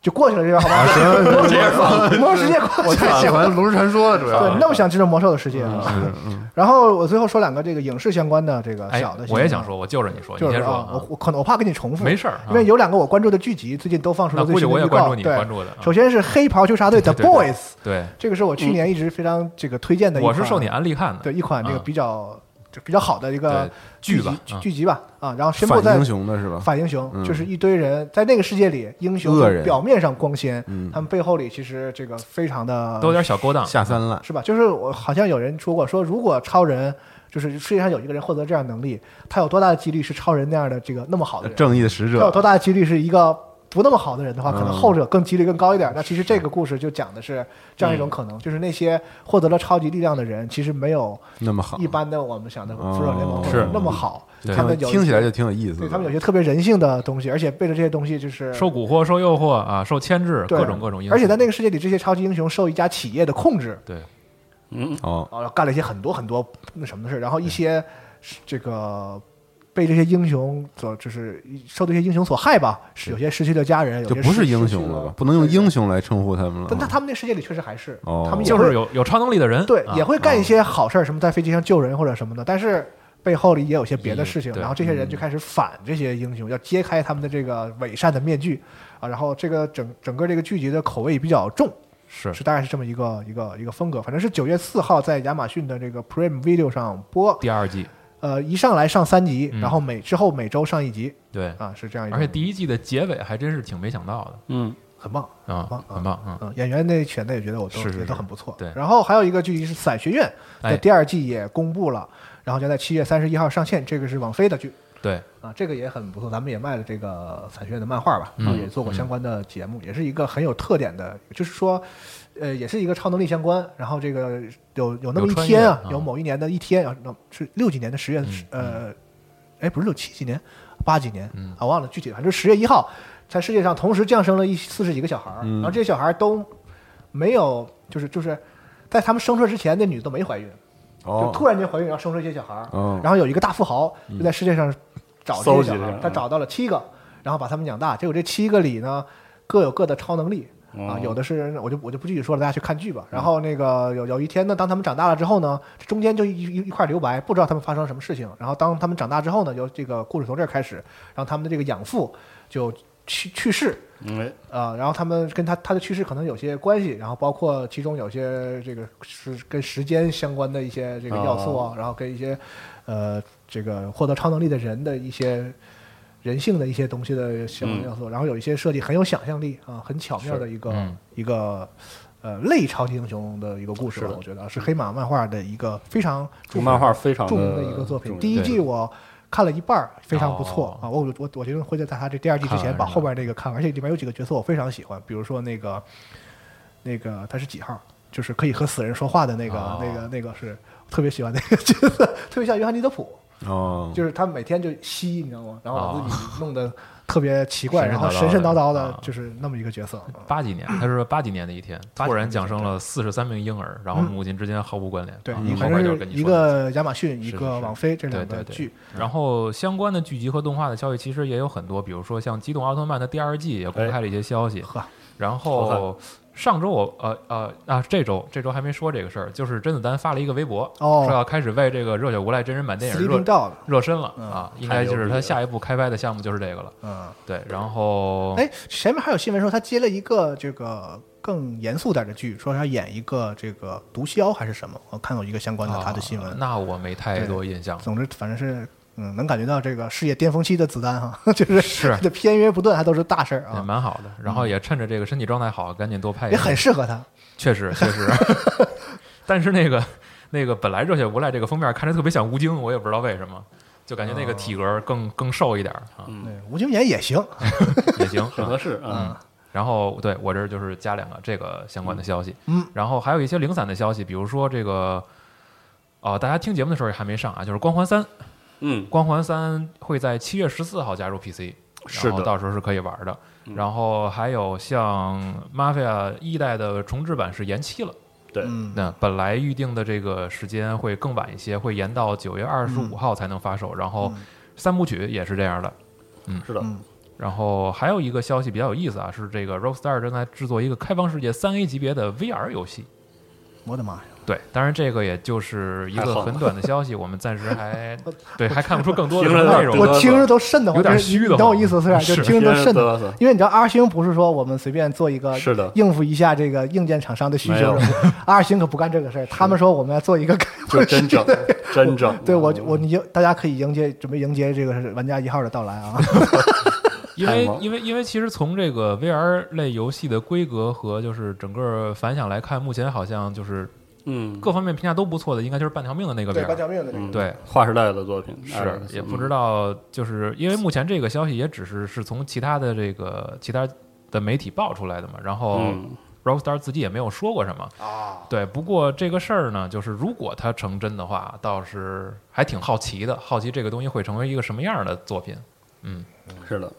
Speaker 6: 就过去了，这个好吧？行，
Speaker 4: 接着放，
Speaker 6: 魔兽世界过
Speaker 3: 我
Speaker 6: 去
Speaker 3: 太喜
Speaker 6: 了。
Speaker 3: 欢《炉石传说》了，主
Speaker 6: 对，
Speaker 3: 要。
Speaker 6: 那么想进入魔兽的世
Speaker 5: 嗯
Speaker 6: 界啊！ 然后我最后说两个这个影视相关的这个
Speaker 5: 哎
Speaker 6: 小的，新闻啊，
Speaker 5: 我也想说，我就着你说，你
Speaker 6: 就是
Speaker 5: 先
Speaker 6: 啊
Speaker 5: 说
Speaker 6: 我
Speaker 5: 啊。
Speaker 6: 我可能我怕跟你重复，
Speaker 5: 没事儿啊
Speaker 6: 因为有两个我关注的剧集最近都放出了
Speaker 5: 那
Speaker 6: 最
Speaker 5: 估计
Speaker 6: 新
Speaker 5: 我
Speaker 6: 的
Speaker 5: 也
Speaker 6: 预
Speaker 5: 关
Speaker 6: 告。
Speaker 5: 注你
Speaker 6: 对
Speaker 5: 关，注的啊。
Speaker 6: 首先是黑袍纠察队的
Speaker 5: 对对对
Speaker 6: Boys，
Speaker 5: 对，
Speaker 6: 这个是我去年一直非常这个推荐的一
Speaker 5: 我
Speaker 6: 款，
Speaker 5: 是受你安利看的。
Speaker 6: 对一款这个
Speaker 5: 啊
Speaker 6: 比较就比较好的一个
Speaker 5: 对剧
Speaker 6: 集
Speaker 5: 吧
Speaker 6: 剧
Speaker 5: 啊
Speaker 6: 剧集吧啊，然后宣布
Speaker 3: 反
Speaker 6: 在
Speaker 3: 英雄的是吧？
Speaker 6: 反英雄
Speaker 3: 嗯
Speaker 6: 就是一堆人在那个世界里，英雄
Speaker 3: 恶人
Speaker 6: 表面上光鲜
Speaker 3: 嗯，
Speaker 6: 他们背后里其实这个非常的
Speaker 5: 都有点小勾当。
Speaker 3: 下三滥，
Speaker 6: 是吧？就是我好像有人说过，说如果超人就是世界上有一个人获得这样能力，他有多大的几率是超人那样的这个那么好的人？
Speaker 3: 正义的使
Speaker 6: 他有
Speaker 3: 者
Speaker 6: 多，大的几率是一个不那么好的人的话，可能
Speaker 3: 嗯
Speaker 6: 后者更几率更高一点。那其实这个故事就讲的是这样一种可
Speaker 3: 嗯
Speaker 6: 能，就是那些获得了超级力量的人，其实没有
Speaker 3: 那么好
Speaker 6: 一，般的我们想的
Speaker 3: 哦
Speaker 6: 复仇者联盟或
Speaker 3: 是
Speaker 6: 者那么好。
Speaker 5: 对
Speaker 6: 他们有一
Speaker 3: 听起来就挺有意思
Speaker 6: 对
Speaker 3: 的。
Speaker 6: 他们有些特别人性的东西，而且背着这些东西就是
Speaker 5: 受蛊惑、受诱惑啊，受牵制，
Speaker 6: 对
Speaker 5: 各种各种因素。
Speaker 6: 而且在那个世界里，这些超级英雄受一家企业的控制，
Speaker 5: 对
Speaker 4: 嗯，
Speaker 3: 哦，
Speaker 6: 啊，干了一些很多很多那什么的事儿，然后一些是这个被这些英雄所就是受这些英雄所害吧，是有些失去了家人，有
Speaker 3: 就
Speaker 6: 些
Speaker 3: 不
Speaker 6: 失
Speaker 3: 是英
Speaker 6: 失去
Speaker 3: 雄
Speaker 6: 了
Speaker 3: 了吧？不能用英
Speaker 6: 对。
Speaker 3: 雄来称呼他们了。
Speaker 6: 但他他们那世界里确实还是，
Speaker 3: 哦
Speaker 6: 他们也
Speaker 5: 就
Speaker 6: 会
Speaker 5: 是有有超能力的人，
Speaker 6: 对
Speaker 5: 啊
Speaker 6: 也会干一些好事儿，什么在飞机上救人或者什么的，但是。背后里也有些别的事情，
Speaker 5: 嗯对
Speaker 6: 然后这些人就开始反这些英雄，要揭开他们的这个伪善的面具啊。然后这个整整个这个剧集的口味比较重，
Speaker 5: 是
Speaker 6: 是大概是这么一个一个一个风格。反正是九月四号在亚马逊的这个 Prime Video 上播，
Speaker 5: 第二季，
Speaker 6: 呃，一上来上三集，
Speaker 5: 嗯
Speaker 6: 然后每之后每周上一集
Speaker 5: 对，
Speaker 6: 啊，是这样一种。
Speaker 5: 而且第一季的结尾还真是挺没想到的
Speaker 4: 嗯，
Speaker 6: 很棒，
Speaker 5: 啊
Speaker 6: 棒，
Speaker 5: 很棒啊！
Speaker 6: 嗯，演员那选的也觉得我都
Speaker 5: 是是
Speaker 6: 觉得
Speaker 5: 是
Speaker 6: 很不错。
Speaker 5: 对
Speaker 6: 然后还有一个剧集是《伞学院》，在
Speaker 5: 哎
Speaker 6: 第二季也公布了，然后将在七月三十一号上线。这个是网飞的剧
Speaker 5: 对，
Speaker 6: 啊，这个也很不错，咱们也卖了这个《伞学院》的漫画吧，啊
Speaker 5: 嗯
Speaker 6: 然后也做过相关的节目，也是一个很有特点的，就是说。呃，也是一个超能力相关，然后这个有有那么一
Speaker 5: 有穿越
Speaker 6: 天啊，
Speaker 5: 啊嗯
Speaker 6: 有某一年的一天啊，那是六几年的十月，呃，哎，不是六七几年，八几年
Speaker 5: 嗯
Speaker 6: 啊，忘了具体，反正十月一号，在世界上同时降生了一四十几个小孩儿，
Speaker 3: 嗯
Speaker 6: 然后这些小孩儿都没有，就是就是在他们生出来之前，那女的都没怀孕，就
Speaker 3: 哦
Speaker 6: 突然间怀孕，然后生出一些小孩儿，
Speaker 3: 哦
Speaker 6: 然后有一个大富豪就在世界上找这
Speaker 4: 嗯搜
Speaker 6: 些小
Speaker 4: 集
Speaker 6: 孩
Speaker 4: 这
Speaker 6: 儿
Speaker 4: 个，
Speaker 6: 他找到了七个，然后把他们养大，结果这七个里呢各有各的超能力。啊
Speaker 4: 哦，
Speaker 6: 有的是我就我就不具体说了，大家去看剧吧。然后那个有有一天呢，当他们长大了之后呢，这中间就一一一块留白，不知道他们发生了什么事情。然后当他们长大之后呢，由这个故事从这儿开始，然后他们的这个养父就去去世，
Speaker 4: 因为
Speaker 6: 啊，然后他们跟他他的去世可能有些关系，然后包括其中有些这个是跟时间相关的一些这个要素啊，然后跟一些呃这个获得超能力的人的一些人性的一些东西的相
Speaker 4: 嗯
Speaker 6: 关要素，然后有一些设计很有想象力啊，很巧妙的一个、
Speaker 5: 嗯
Speaker 6: 一个呃类超级英雄的一个故事吧，
Speaker 4: 是的
Speaker 6: 我觉得啊是黑马漫画的一个非常
Speaker 4: 这
Speaker 6: 著
Speaker 4: 个
Speaker 6: 名
Speaker 4: 漫画非常
Speaker 6: 著名的一个作品。第
Speaker 4: 一，
Speaker 6: 一
Speaker 5: 对
Speaker 6: 季我看了一半儿，非常不错、
Speaker 5: 哦
Speaker 6: 啊！我我我觉得会在他这第二季之
Speaker 5: 看完
Speaker 6: 前
Speaker 5: 是
Speaker 6: 把
Speaker 5: 吧
Speaker 6: 后边那个看完，而且里面有几个角色我非常喜欢，比如说那个那个他是几号，就是可以和死人说话的那个、
Speaker 5: 哦
Speaker 6: 那个那个是特别喜欢那个角色，特别像约翰尼德普，
Speaker 5: 嗯
Speaker 3: 哦，
Speaker 6: 就是他每天就吸，你知道吗？然后把自己弄得特别奇怪，
Speaker 5: 神哦神
Speaker 6: 然后
Speaker 5: 叨叨
Speaker 6: 神神叨
Speaker 5: 的
Speaker 6: 叨的
Speaker 5: 啊，嗯
Speaker 6: 就是那么一个角色。啊
Speaker 5: 八几年，他是八几年的一天，突然降生了四十三名婴儿，然后母亲之间毫无关联。
Speaker 6: 嗯对
Speaker 5: 啊，
Speaker 6: 你
Speaker 5: 后
Speaker 6: 反
Speaker 5: 边
Speaker 6: 正
Speaker 5: 就是
Speaker 6: 是
Speaker 5: 跟你
Speaker 6: 一
Speaker 5: 说的。
Speaker 6: 个亚马逊，一
Speaker 5: 是
Speaker 6: 个
Speaker 5: 是
Speaker 6: 网飞这
Speaker 5: 对
Speaker 6: 两
Speaker 5: 对
Speaker 6: 个
Speaker 5: 对
Speaker 6: 剧，，
Speaker 5: 然后相关的剧集和动画的消息其
Speaker 6: 哎
Speaker 5: 实也有很多，比如说像《机动奥特曼》的第二季也公开了一些消息，
Speaker 6: 呵，
Speaker 5: 然后上周我呃呃啊，这周这周还没说这个事儿，就是甄子丹发了一个微博，
Speaker 6: 哦
Speaker 5: 说要开始为这个《热血无赖》真人版电影热
Speaker 6: Sleeping Dog
Speaker 5: 热身了啊，应该就
Speaker 4: 太牛
Speaker 5: 是
Speaker 4: 逼
Speaker 5: 他
Speaker 4: 了
Speaker 5: 下一步开拍的项目就是这个了。
Speaker 6: 嗯，
Speaker 5: 对，然后
Speaker 6: 哎，前面还有新闻说他接了一个这个更严肃点的剧，说他演一个这个毒枭还是什么，我看过一个相关的他的新闻。
Speaker 5: 啊那我没太多印象。
Speaker 6: 总之，反正是嗯，能感觉到这个事业巅峰期的子弹哈， 就是
Speaker 5: 是嗯
Speaker 6: 这片约不断，还都是大事儿
Speaker 5: 也
Speaker 6: 啊，
Speaker 5: 蛮好的，然后也趁着这个身体状态好，赶紧多拍一
Speaker 6: 也
Speaker 5: 个。
Speaker 6: 很适合他。
Speaker 5: 确实确 实，但是那个那个本来《热血无赖》这个封面看着特别像吴京，我也不知道为什么，就感觉
Speaker 6: 哦
Speaker 5: 那个体格更更瘦一点儿啊，
Speaker 6: 对，哎吴京演也行，
Speaker 5: 也行，
Speaker 4: 很合适啊。
Speaker 5: 然后对我这儿就是加两个这个相关的消息，
Speaker 6: 嗯，
Speaker 5: 然后还有一些零散的消息，比如说这个，呃，大家听节目的时候也还没上啊，就是《光环三》，《
Speaker 4: 嗯，
Speaker 5: 光环三》会在七月十四号加入 PC，
Speaker 4: 是
Speaker 5: 然后
Speaker 4: 的，嗯
Speaker 5: 到时候是可以玩的。然后还有像《Mafia》一代的重置版是延期了，
Speaker 4: 对，
Speaker 6: 嗯，
Speaker 5: 那本来预定的这个时间会更晚一些，会延到九月二十五号才能发售。然后
Speaker 4: 嗯
Speaker 5: 三部曲也是这样的，
Speaker 4: 是的，
Speaker 5: 然后还有一个消息比较有意思啊，是这个 Rockstar 正在制作一个开放世界三 A 级别的 VR 游戏。
Speaker 6: 嗯我的妈呀，
Speaker 5: 对，当然这个也就是一
Speaker 4: 太
Speaker 5: 个
Speaker 4: 横
Speaker 5: 很
Speaker 4: 了
Speaker 5: 短的消息，我们暂时 还对还看不出更多的
Speaker 4: 听着
Speaker 5: 内
Speaker 4: 有点
Speaker 5: 容。
Speaker 6: 我听着都瘆得慌，
Speaker 5: 有点
Speaker 6: 就是你
Speaker 5: 虚的
Speaker 6: 你懂我
Speaker 5: 慌
Speaker 6: 意思是吧？就是听着都
Speaker 4: 听
Speaker 6: 瘆
Speaker 4: 着都
Speaker 6: 得慌
Speaker 4: 是，
Speaker 6: 因为你知道阿星不是说我们随便做一个
Speaker 4: 是的
Speaker 6: 应付一下这个硬件厂商的需求
Speaker 4: 没有
Speaker 6: 什么的，阿星可不干这个事儿，他们说我们要做一个开
Speaker 4: 就
Speaker 6: 放
Speaker 4: 真
Speaker 6: 式
Speaker 4: 正
Speaker 6: 的。
Speaker 4: 真正，
Speaker 6: 对
Speaker 5: 嗯
Speaker 6: 我，我你就大家可以迎接，准备迎接这个玩家一号的到 来啊！
Speaker 5: 因
Speaker 4: 太
Speaker 5: 为
Speaker 4: 猛了
Speaker 5: 因为因为其实从这个 VR 类游戏的规格和就是整个反响来看，目前好像就是
Speaker 4: 嗯，
Speaker 5: 各方面评价都不错的，应该就是半条命的那个 VR。
Speaker 6: 条命的这
Speaker 4: 嗯
Speaker 5: 对，
Speaker 4: 划时代的嗯作品
Speaker 5: 是，也不知，道，就是因为目前这个消息也只是是从其他的这个其他的媒体爆出来的嘛，然后
Speaker 4: 嗯
Speaker 5: Rockstar 自己也没有说过什么啊。对，不过这个事儿呢，就是如果它成真的话，倒是还挺好奇的，好奇这个东西会成为一个什么样的作品。
Speaker 4: 嗯是的，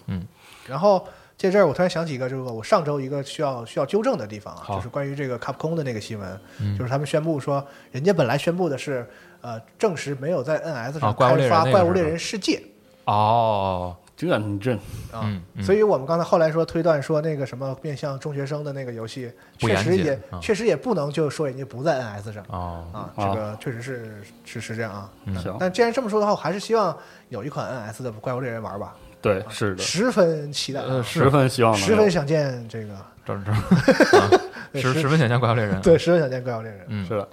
Speaker 6: 然后借这儿，我突然想起一个，这个我上周一个需要需要纠正的地方啊，
Speaker 5: 好嗯
Speaker 6: 就是关于这个 Capcom 的那个新闻，就是他们宣布说，人家本来宣布的是，呃，证实没有在 NS
Speaker 5: 啊
Speaker 6: 上
Speaker 5: 怪物猎人
Speaker 6: 开发
Speaker 5: 那
Speaker 6: 《
Speaker 5: 个
Speaker 6: 怪
Speaker 5: 是
Speaker 6: 物猎
Speaker 5: 吧
Speaker 6: 人世界
Speaker 5: 哦，》
Speaker 4: 这你这
Speaker 6: 啊。
Speaker 5: 嗯，嗯
Speaker 6: 所以我们刚才后来说推断说那个什么面向中学生的那个游戏，
Speaker 5: 不
Speaker 6: 确
Speaker 5: 严
Speaker 6: 实
Speaker 5: 谨
Speaker 6: 也、
Speaker 5: 啊
Speaker 6: 确实也不能就说人家不在 NS 上
Speaker 5: 哦，
Speaker 6: 啊，这
Speaker 4: 啊
Speaker 6: 个确实是是是这样啊。
Speaker 4: 行，
Speaker 6: 但既然这么说的话，我还是希望有一款 NS 的怪物猎人玩吧，
Speaker 4: 对，是的，
Speaker 6: 十分期待啊，
Speaker 5: 呃，
Speaker 4: 十
Speaker 5: 是
Speaker 4: 分希望能有
Speaker 6: 十分想见这个，
Speaker 5: 正正，啊
Speaker 6: 对
Speaker 5: 十
Speaker 6: 是
Speaker 5: 十分想像怪
Speaker 4: 嗯
Speaker 5: 物猎人。啊
Speaker 6: 对，十分想见怪物猎人。
Speaker 5: 嗯
Speaker 4: 是的，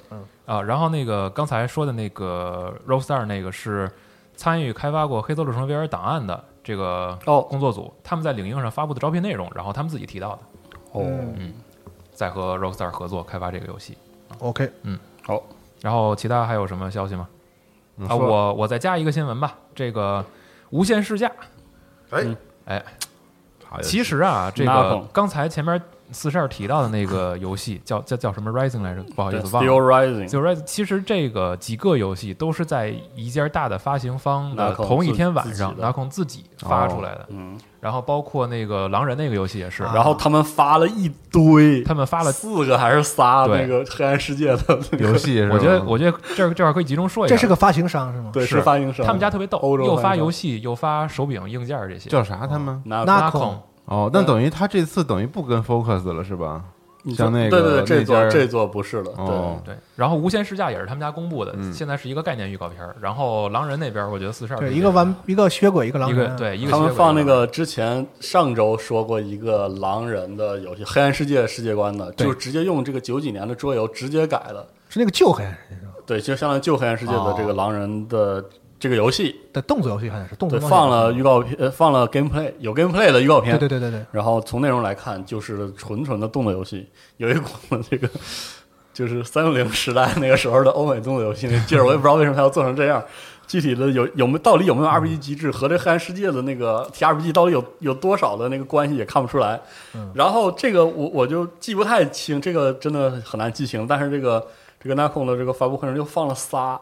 Speaker 5: 啊，然后那个刚才说的那个 Rockstar 那个是参与开发过《黑色路程 VR 档案》的这个
Speaker 4: 哦
Speaker 5: 工作组，他们在领英上发布的招聘内容，然后他们自己提到的，
Speaker 6: 嗯
Speaker 4: 哦，
Speaker 5: 在和 Rockstar 合作开发这个游戏。
Speaker 6: OK，
Speaker 4: 好，
Speaker 5: 然后其他还有什么消息吗？
Speaker 3: 嗯
Speaker 5: 啊，
Speaker 3: 说
Speaker 5: 我我再加一个新闻吧，这个无限试驾。
Speaker 3: 哎
Speaker 5: 哎，
Speaker 3: 好呀
Speaker 5: 其实啊，这
Speaker 4: 拉
Speaker 5: 个
Speaker 4: 风
Speaker 5: 刚才前面四十二提到的那个游戏叫叫叫什么 Rising 来着？不好意
Speaker 4: 对
Speaker 5: 思，忘了
Speaker 4: Still。Rising，
Speaker 5: 就是说，其实这个几个游戏都是在一家大的发行方的
Speaker 4: 拿孔
Speaker 5: 同一
Speaker 4: 自
Speaker 5: 天晚
Speaker 4: 自己
Speaker 5: 上，
Speaker 4: 的
Speaker 5: 拿空自己发出来的。
Speaker 4: 嗯，
Speaker 5: 然后包括那个狼人那个游戏也是，
Speaker 4: 然后他们发了一堆，
Speaker 5: 他们发了。
Speaker 4: 四个啊还是仨
Speaker 5: 对
Speaker 4: 那个黑暗世界的那个
Speaker 3: 游戏是吧，
Speaker 5: 我觉得，我觉得这儿这块可以集中说一下。
Speaker 6: 这是个发行商是吗？
Speaker 4: 啊对
Speaker 5: 是
Speaker 4: 是发行商，
Speaker 5: 他们家特别逗
Speaker 4: 欧，洲
Speaker 5: 又
Speaker 4: 发
Speaker 5: 发
Speaker 4: 行商
Speaker 5: 游戏，又发手柄硬件这些。
Speaker 3: 叫啥他们
Speaker 4: 拿
Speaker 6: 那
Speaker 5: Nacon
Speaker 3: 哦，那等于他这次等于不跟 Focus 了是吧？
Speaker 4: 你说
Speaker 3: 像那个
Speaker 4: 对对对，这
Speaker 3: 那家
Speaker 4: 座这座不是了，
Speaker 3: 哦
Speaker 4: 对，
Speaker 5: 对，然后无限试驾也是他们家公布的，
Speaker 4: 嗯
Speaker 5: 现在是一个概念预告片儿。然后狼人那边，我觉得四十二
Speaker 6: 对，一个玩一个血鬼，一个狼
Speaker 5: 一
Speaker 6: 人
Speaker 5: 个，对一个
Speaker 4: 他
Speaker 5: 结
Speaker 4: 们
Speaker 5: 尾
Speaker 4: 放那
Speaker 5: 吧
Speaker 4: 个之前上周说过一个狼人的游戏《黑暗世界》世界观的，
Speaker 5: 对
Speaker 4: 就直接用这个九几年的桌游直接改的，
Speaker 6: 是那个旧黑暗人是吧
Speaker 4: 对，就相当于旧《黑暗世界》的这
Speaker 5: 哦
Speaker 4: 个狼人的这个游戏，
Speaker 6: 的动作游戏，好像是动作
Speaker 5: 嗯
Speaker 4: 对，
Speaker 6: 冒险
Speaker 4: 放了预告片，呃放了 gameplay，有 gameplay 的预告片，
Speaker 6: 对对对对对，
Speaker 4: 然后从内容来看，就是纯纯的动作游戏，有一股这个就是三六零时代那个时候的欧美动作游戏那劲儿，我也不知道为什么它要做成这样。具体的有有没有到底有没有 RPG 机制和这黑暗世界的那个 TRPG 到底有有多少的那个关系也看不出来。然后这个我我就记不太清，这个真的很难记清。但是这个这个 Nacon 的这个发布会上就放了仨，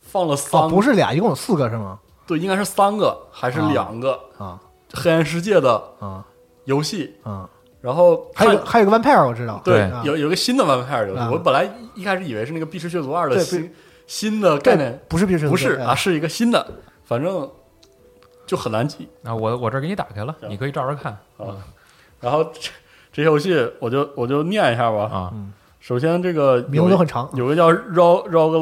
Speaker 4: 放了三
Speaker 6: 哦，
Speaker 4: 个，
Speaker 6: 不是俩，一共有四个是吗？
Speaker 4: 对，应该是三个还是
Speaker 6: 啊
Speaker 4: 两个
Speaker 6: 啊
Speaker 4: 黑暗世界的
Speaker 6: 啊
Speaker 4: 游戏。
Speaker 6: 啊！
Speaker 4: 然后
Speaker 6: 还有
Speaker 4: 看
Speaker 6: 一个还有一个 Vampire 我知道，
Speaker 5: 对
Speaker 4: 对
Speaker 6: 啊，
Speaker 4: 有有个新的 Vampire 游戏
Speaker 6: 啊，
Speaker 4: 我本来一一开始以为是那个《碧池血族二》的
Speaker 6: 对
Speaker 4: 新新的概
Speaker 6: 这
Speaker 4: 念，
Speaker 6: 不是必须
Speaker 4: 不是
Speaker 6: 哎
Speaker 4: 啊，是一个新的，反正就很难记
Speaker 5: 啊，我我这儿给你打开了，
Speaker 4: 行
Speaker 5: 你可以照着看。
Speaker 4: 啊。然后这这些游戏我就我就念一下吧。
Speaker 5: 啊，
Speaker 4: 首先，这个
Speaker 6: 名字都很长
Speaker 4: 有一个叫 Rog Rog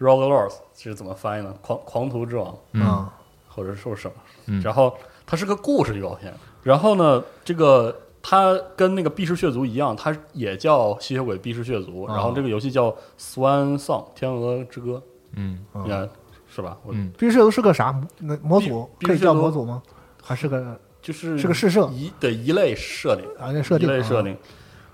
Speaker 4: Lords，Rog Lords 是怎么翻译呢？狂狂徒之王，
Speaker 5: 嗯
Speaker 6: 啊，
Speaker 4: 或者说什么？
Speaker 5: 嗯
Speaker 4: 然后它是个故事预告片。然后呢，这个它跟那个《避世血族》一样，它也叫吸血鬼避世血族。
Speaker 5: 啊
Speaker 4: 然后这个游戏叫 Swan Song 天鹅之歌，
Speaker 5: 嗯，
Speaker 6: 啊
Speaker 4: 应该是吧？我
Speaker 5: 嗯
Speaker 6: 必须都是个啥那模组？
Speaker 4: 必
Speaker 6: 可以
Speaker 4: 必须都
Speaker 6: 叫模组吗？还是个
Speaker 4: 就是
Speaker 6: 是个试射
Speaker 4: 一的一类设定，
Speaker 6: 啊？那设定
Speaker 4: 一类
Speaker 6: 啊
Speaker 4: 设定。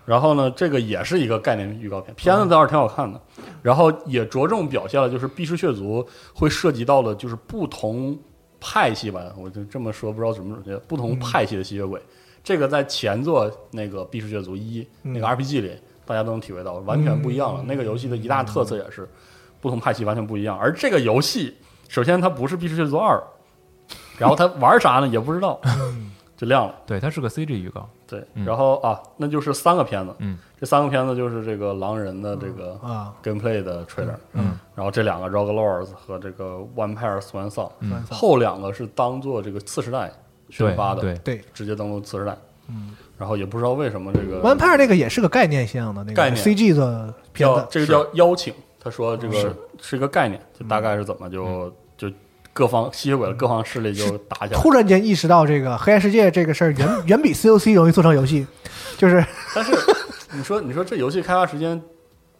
Speaker 4: 然后呢，这个也是一个概念预告片，片子倒是挺好看的。然后也着重表现了就是避世血族会涉及到的，就是不同派系吧，我就这么说，不知道怎么准确，不同派系的吸血鬼。这个在前作那个《避世血族一》那个 RPG 里，大家都能体会到，完全不一
Speaker 6: 嗯
Speaker 4: 样了。那个游戏的一大特色也是不同派系完全不一样。而这个游戏，首先它不是《避世血族二》，然后它玩啥呢也不知道，
Speaker 6: 嗯
Speaker 4: 就亮了。
Speaker 5: 对，它是个 CG 预告，
Speaker 4: 对，
Speaker 5: 嗯
Speaker 4: 然后啊，那就是三个片子，
Speaker 5: 嗯，
Speaker 4: 这三个片子就是这个狼人的这个
Speaker 6: 啊
Speaker 4: gameplay 的 trailer，
Speaker 5: 嗯，
Speaker 4: 然后这两个 Rogue Lords 和这个 Vampire Swan Song，
Speaker 6: 嗯
Speaker 4: 后两个是当做这个次时代宣
Speaker 5: 对
Speaker 4: 发的，
Speaker 5: 对，
Speaker 6: 对。
Speaker 4: 直接登录次时代，嗯，然后也不知道为什么这个
Speaker 6: One Pair 那个也是个概念性的那
Speaker 4: 概
Speaker 6: 个
Speaker 4: 念
Speaker 6: CG 的片
Speaker 4: 叫
Speaker 6: 子，
Speaker 4: 这个叫邀请，他说这个
Speaker 5: 是嗯
Speaker 4: 是一个概念，就大概是怎么就就各方吸血鬼的各方势力就打起来了，
Speaker 6: 突然间意识到这个黑暗世界这个事儿远远比 COC 容易做成游戏，就是
Speaker 4: 但是你说，你说这游戏开发时间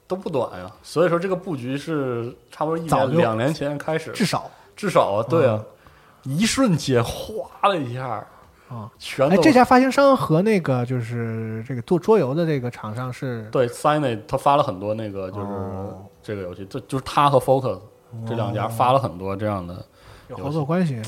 Speaker 4: 都不短呀，所以说这个布局是差不多一
Speaker 6: 早
Speaker 4: 年
Speaker 6: 就
Speaker 4: 两年前开始，
Speaker 6: 至少
Speaker 4: 至少啊，对啊，一瞬间哗了一下，
Speaker 6: 啊，
Speaker 4: 全
Speaker 6: 哎，
Speaker 4: 都
Speaker 6: 这家发行商和那个就是这个做桌游的这个厂商是
Speaker 4: 对 s i n e 他发了很多那个就是
Speaker 6: 哦
Speaker 4: 这个游戏，这就是他和 Focus 这两家发了很多这样的，
Speaker 6: 有合作关系，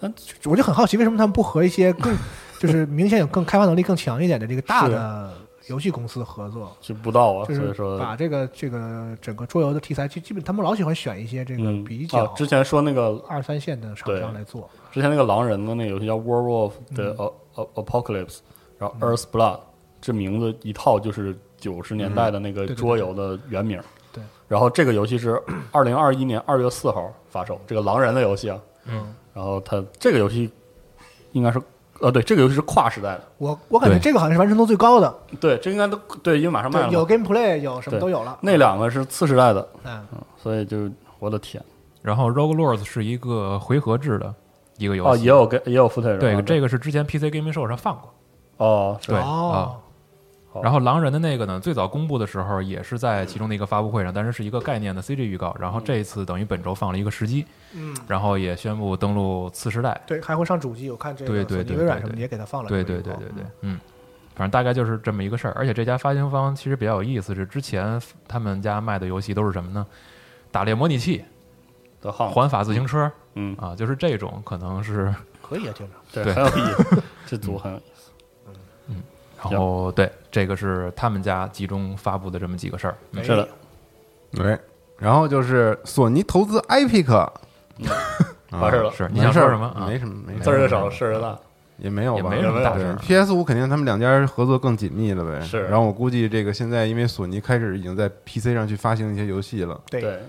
Speaker 4: 但
Speaker 6: 就我就很好奇为什么他们不和一些更 就是明显有更开发能力更强一点的这个大的游戏公司合作。
Speaker 4: 就不到啊，
Speaker 6: 就
Speaker 4: 所
Speaker 6: 是
Speaker 4: 以说
Speaker 6: 把这个这个整个桌游的题材，基基本他们老喜欢选一些这个
Speaker 4: 嗯
Speaker 6: 比
Speaker 4: 啊
Speaker 6: 较，
Speaker 4: 之前说那个
Speaker 6: 二三线的厂商来做。
Speaker 4: 之前那个狼人的那个游戏叫《War of
Speaker 6: 嗯
Speaker 4: the A- A- Apocalypse》，然后 Earth Blood，这名字一套就是九十年代的那个
Speaker 6: 对对对
Speaker 4: 桌游的原名。
Speaker 6: 对
Speaker 4: 然后这个游戏是 二零二一年二月四号发售，这个狼人的游戏啊。嗯。然后它这个游戏应该是呃，对，这个游戏是跨时代的，
Speaker 6: 我我感觉
Speaker 5: 对
Speaker 6: 这个好像是完成度最高的，
Speaker 4: 对，这应该都对，因为马上卖了
Speaker 6: 对，
Speaker 4: 嘛。
Speaker 6: 有 gameplay，有什么
Speaker 4: 对
Speaker 6: 都有了。
Speaker 4: 那两个是次时代的，
Speaker 6: 嗯，
Speaker 4: 所以就我的天
Speaker 5: 然后 Rogue Lords 是一个回合制的一个游
Speaker 4: 哦，
Speaker 5: 戏，
Speaker 4: 也有跟也有 footage
Speaker 5: 对，
Speaker 4: 啊
Speaker 5: 这个是之前 PC Gaming Show 上放过，
Speaker 4: 哦，是
Speaker 5: 对
Speaker 4: 吧
Speaker 5: 啊
Speaker 6: 哦。
Speaker 4: 好
Speaker 5: 然后狼人的那个呢，最早公布的时候也是在其中的一个发布会上，但是是一个概念的 CG 预告。然后这一次等于本周放了一个时机，
Speaker 6: 嗯，
Speaker 5: 然后也宣布登陆次时代。
Speaker 6: 对，还会上主机，我看这
Speaker 5: 对
Speaker 6: 个
Speaker 5: 对
Speaker 6: 索尼
Speaker 5: 对
Speaker 6: 微软
Speaker 5: 对
Speaker 6: 什么的
Speaker 5: 对
Speaker 6: 也给它
Speaker 4: 哦
Speaker 6: 放了哦
Speaker 5: 对
Speaker 6: 这个预告。
Speaker 5: 对对对对，嗯，反正大概就是这么一个事儿。而且这家发行方其实比较有意思，是之前他们家卖的游戏都是什么呢？打猎模拟器、
Speaker 4: 的号码，
Speaker 5: 环法自行车
Speaker 4: 嗯，
Speaker 5: 啊，就是这种可能是。
Speaker 6: 可以啊，听着。
Speaker 4: 对，
Speaker 5: 对
Speaker 4: 很有意义，这组很有意义。
Speaker 5: 然后对，这个是他们家集中发布的这么几个事儿。嗯
Speaker 4: 是
Speaker 6: 哎
Speaker 4: 的，
Speaker 3: 对，然后就是索尼投资 Epic，啊
Speaker 4: 完事儿了
Speaker 5: 是你
Speaker 3: 没
Speaker 5: 想
Speaker 3: 事
Speaker 5: 说
Speaker 3: 儿
Speaker 5: 什么啊
Speaker 3: 没什么，没
Speaker 4: 字
Speaker 3: 事
Speaker 4: 儿
Speaker 3: 儿，
Speaker 4: 个少，事儿个大。
Speaker 3: 也没有
Speaker 5: 也
Speaker 3: 吧，
Speaker 5: 没什么大
Speaker 4: 没
Speaker 5: 事
Speaker 4: 有
Speaker 5: 儿。
Speaker 3: P S 五肯定他们两家合作更紧密了呗。
Speaker 4: 是
Speaker 3: 然后我估计这个现在因为索尼开始已经在 P C 上去发行一些游戏了，
Speaker 6: 对，
Speaker 4: 对，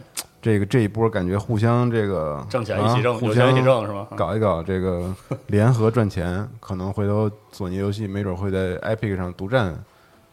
Speaker 3: 这个这一波感觉互相这个
Speaker 4: 挣钱
Speaker 3: 啊
Speaker 4: 一起挣，
Speaker 3: 互
Speaker 4: 有钱一起
Speaker 3: 相
Speaker 4: 挣是嗯吧？
Speaker 3: 搞一搞这个联合赚钱，可能回头索尼游戏没准会在 Epic 上独占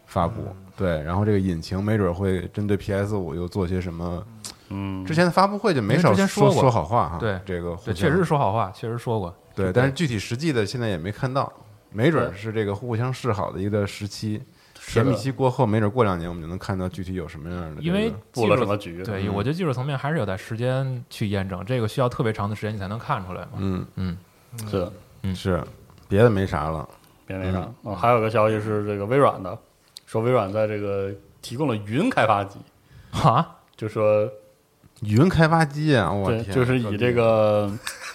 Speaker 3: 发布。
Speaker 4: 嗯
Speaker 3: 对，然后这个引擎没准会针对 PS 五又做些什么。
Speaker 4: 嗯，
Speaker 3: 之前的发布会就没
Speaker 5: 因为
Speaker 3: 少
Speaker 5: 之前
Speaker 3: 说
Speaker 5: 说过
Speaker 3: 好话哈。
Speaker 5: 对
Speaker 3: 这个互
Speaker 5: 对，
Speaker 3: 相
Speaker 5: 确实说好话，确实说过。
Speaker 3: 对，但是具体实际的现在也没看到，没准儿是这个互相示好的一个时期，甜蜜期过后，没准过两年我们就能看到具体有什么样的这个。
Speaker 5: 因为
Speaker 4: 布
Speaker 5: 技
Speaker 4: 了
Speaker 5: 术
Speaker 4: 什么局？
Speaker 5: 对，我觉得技术层面还是有待时间去验证，这个需要特别长的时间你才能看出来嘛。
Speaker 3: 嗯
Speaker 5: 嗯，
Speaker 4: 是的，
Speaker 3: 是嗯别的没啥了，
Speaker 4: 别那啥。哦，还有个消息是这个微软的，说微软在这个提供了云开发机，
Speaker 5: 啊，
Speaker 4: 就说
Speaker 3: 云开发机啊，我
Speaker 4: 对，
Speaker 3: 天，
Speaker 4: 就是以这个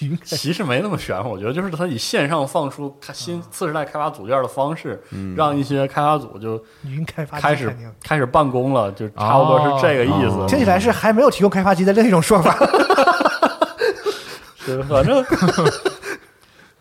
Speaker 6: 云
Speaker 4: 其实没那么玄乎，我觉得就是它以线上放出开
Speaker 3: 嗯
Speaker 4: 新次时代开发组件的方式，让一些开发组就
Speaker 6: 云开发
Speaker 4: 开
Speaker 6: 机
Speaker 4: 始
Speaker 6: 肯定
Speaker 4: 开始办公了，就差不多是这个意
Speaker 3: 哦
Speaker 4: 思。
Speaker 6: 听起来是还没有提供开发机的另一种说法。
Speaker 4: 对，反正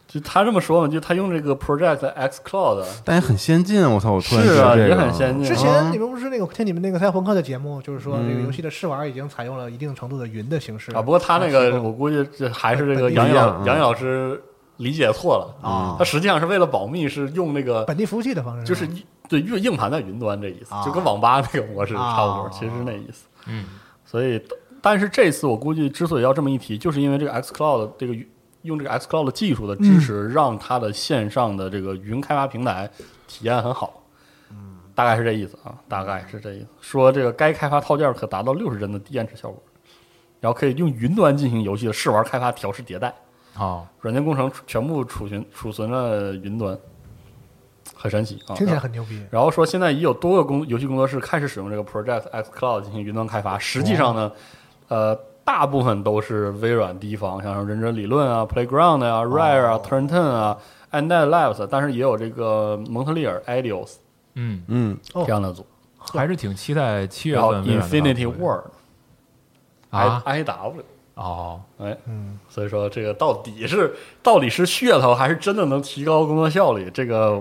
Speaker 4: 就他这么说嘛，就他用这个 Project X Cloud，
Speaker 3: 但也很先进，我操！我突然
Speaker 4: 是
Speaker 3: 觉
Speaker 4: 啊，
Speaker 3: 得这
Speaker 4: 也
Speaker 3: 个
Speaker 4: 很先进
Speaker 6: 之
Speaker 4: 啊。
Speaker 6: 前你们不是那个听你们那个赛博朋克的节目，就是说这个游戏的试玩已经采用了一定程度的云的形式
Speaker 4: 嗯啊，不过他那
Speaker 6: 提
Speaker 4: 个
Speaker 6: 供
Speaker 4: 我估计这还是这个
Speaker 6: 本地
Speaker 4: 杨毅
Speaker 3: 一样
Speaker 4: 老
Speaker 3: 啊
Speaker 4: 杨毅老师理解错了
Speaker 7: 啊
Speaker 4: 它实际上是为了保密，是用那个
Speaker 6: 本地服务器的方式
Speaker 4: 就是硬对硬硬盘在云端这意思，
Speaker 7: 啊
Speaker 4: 就跟网吧那个模式差不多，
Speaker 7: 啊
Speaker 4: 其实是那意思。
Speaker 5: 嗯，
Speaker 4: 所以，但是这次我估计之所以要这么一提，就是因为这个 xCloud 这个用这个 xCloud 的技术的
Speaker 6: 嗯
Speaker 4: 支持，让它的线上的这个云开发平台体验很好。嗯，大概是这意思啊，大概是这意思。说这个该开发套件可达到六十帧的低延迟效果，然后可以用云端进行游戏的试玩、开发、调试、迭代。
Speaker 5: 好，
Speaker 4: 软件工程全部储存储存了云端，很神奇啊！
Speaker 6: 听起来很牛逼。
Speaker 4: 然后说现在已有多个工游戏工作室开始使用这个 Project X Cloud 进行云端开发。实际上呢，
Speaker 5: 哦
Speaker 4: 呃，大部分都是微软第一方，像什么忍者理论
Speaker 5: 哦
Speaker 4: 啊、Playground 啊、Rare 啊、Turn Ten 啊、Andad Labs，但啊是也有这个蒙特利尔 Adios
Speaker 5: 嗯，
Speaker 3: 嗯，
Speaker 4: 这样的组，
Speaker 5: 还是挺期待七月
Speaker 4: 然后
Speaker 5: 份微软的发布会
Speaker 4: Infinity Ward
Speaker 5: 啊，
Speaker 4: I W。
Speaker 5: 哦，
Speaker 4: 哎，
Speaker 6: 嗯，
Speaker 4: 所以说这个到底是到底是噱头，还是真的能提高工作效率？这 个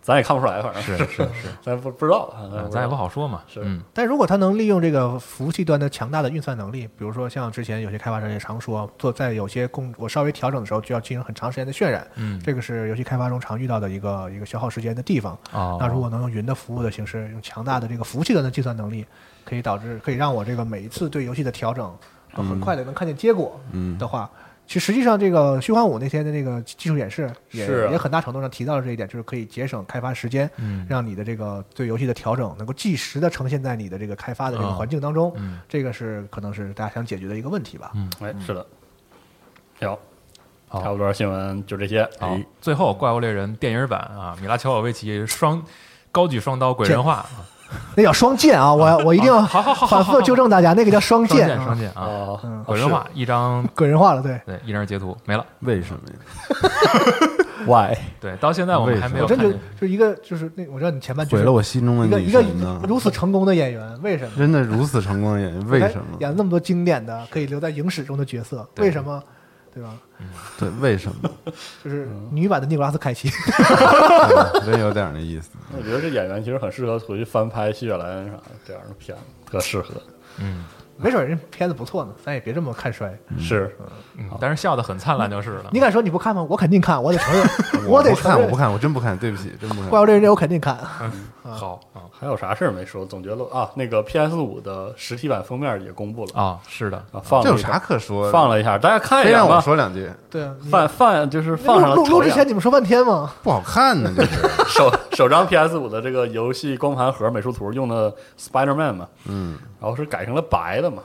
Speaker 4: 咱也看不出来，反正
Speaker 5: 是是是，
Speaker 4: 咱不不知道，嗯
Speaker 5: 啊咱也不好说嘛，
Speaker 4: 是
Speaker 5: 嗯
Speaker 6: 但如果它能利用这个服务器端的强大的运算能力，比如说像之前有些开发者也常说，做在有些工我稍微调整的时候就要进行很长时间的渲染，
Speaker 5: 嗯，
Speaker 6: 这个是游戏开发中常遇到的一个一个消耗时间的地方。
Speaker 5: 哦，
Speaker 6: 那如果能用云的服务的形式，用强大的这个服务器端的计算能力，可以导致可以让我这个每一次对游戏的调整都很快的能看见结果
Speaker 3: 嗯
Speaker 6: 的话，
Speaker 4: 嗯
Speaker 6: 其实实际上这个虚幻五那天的那个技术演示也
Speaker 4: 是啊
Speaker 6: 也很大程度上提到了这一点，就是可以节省开发时间，
Speaker 5: 嗯
Speaker 6: 让你的这个对游戏的调整能够即时的呈现在你的这个开发的这个
Speaker 5: 啊
Speaker 6: 环境当中，
Speaker 5: 嗯
Speaker 6: 这个是可能是大家想解决的一个问题吧。
Speaker 4: 哎，
Speaker 3: 嗯
Speaker 4: 是的，行，
Speaker 5: 好
Speaker 4: 差不多新闻就这些。
Speaker 5: 好
Speaker 4: 哎，
Speaker 5: 最后《怪物猎人》电影版啊，米拉乔瓦维奇双高举双刀，鬼人化，啊
Speaker 6: 那叫双剑啊，我我一定要
Speaker 5: 好好好好
Speaker 6: 反复纠正大家，那个叫双
Speaker 5: 双
Speaker 6: 剑
Speaker 5: 剑
Speaker 6: 啊
Speaker 5: 双，剑啊，
Speaker 4: 啊，
Speaker 5: 鬼人化一张，
Speaker 6: 个人化了，对。
Speaker 5: 对，一张截图没了。
Speaker 3: 为什么呀？
Speaker 4: why
Speaker 5: 对，到现在我们还没有
Speaker 6: 我真
Speaker 5: 看
Speaker 6: 觉
Speaker 5: 见
Speaker 6: 得就是一个就是那我知道你前半句
Speaker 3: 毁
Speaker 6: 是
Speaker 3: 了我心中
Speaker 6: 一
Speaker 3: 的
Speaker 6: 个一
Speaker 3: 女
Speaker 6: 个
Speaker 3: 神呢？
Speaker 6: 如此成功的演员，为什么？
Speaker 3: 真的如此成功的演员，为什么？
Speaker 6: 演了那么多经典的可以留在影史中的角色，
Speaker 5: 对
Speaker 6: 为什么？对吧？
Speaker 3: 对，为什么？
Speaker 6: 就是
Speaker 5: 嗯
Speaker 6: 女版的尼古拉斯凯奇，
Speaker 3: 对嗯真有点那意思。
Speaker 4: 我觉得这演员其实很适合回去翻拍《吸血莱恩》啥的这样的片子，特适合。
Speaker 6: 没准人片子不错呢，咱也别这么看衰。
Speaker 4: 是，
Speaker 5: 嗯但是笑得很灿烂就是了。
Speaker 6: 你敢说你不看吗？我肯定看，我得承认，我得
Speaker 3: 不
Speaker 6: 承
Speaker 3: 看，我
Speaker 6: 认
Speaker 3: 不。看，我真不看，对不起，真不
Speaker 6: 怪
Speaker 3: 看。
Speaker 6: 物猎人这我肯定看，
Speaker 5: 好啊
Speaker 4: 还有啥事儿没说？总觉得啊，那个 PS 五的实体版封面也公布了
Speaker 5: 啊，是的，
Speaker 4: 啊，放
Speaker 3: 这
Speaker 4: 了
Speaker 3: 有
Speaker 4: 一下
Speaker 3: 啥可说的？
Speaker 4: 放了一下，大家看一
Speaker 3: 非
Speaker 4: 眼
Speaker 3: 让我
Speaker 4: 吧。
Speaker 3: 说两句，
Speaker 6: 对啊。你
Speaker 4: 放放就是放上了
Speaker 6: 录录录
Speaker 4: 瞅
Speaker 6: 之
Speaker 4: 一眼
Speaker 6: 前你们说半天嘛，
Speaker 3: 不好看呢， 就是。
Speaker 4: 首首张 PS 五的这个游戏光盘盒美术图用的 Spider Man 嘛，
Speaker 3: 嗯，
Speaker 4: 然后是改成了白的嘛，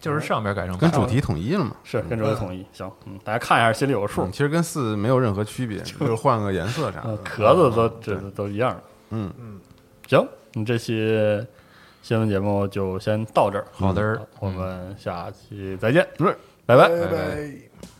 Speaker 5: 就是上边改成
Speaker 3: 跟主题统一了嘛。
Speaker 4: 是跟这位统一。行，嗯，大家看一下，心里有个数
Speaker 3: 嗯。其实跟四没有任何区 别，就是换个颜色啥
Speaker 4: 呃
Speaker 3: 的，。
Speaker 4: 壳子都这都一样。
Speaker 3: 嗯
Speaker 4: 嗯，行，你这期新闻节目
Speaker 6: 嗯
Speaker 4: 就先到这儿。
Speaker 5: 好的儿，
Speaker 4: 我们下期再见，
Speaker 3: 嗯
Speaker 4: 拜拜。
Speaker 5: 拜拜。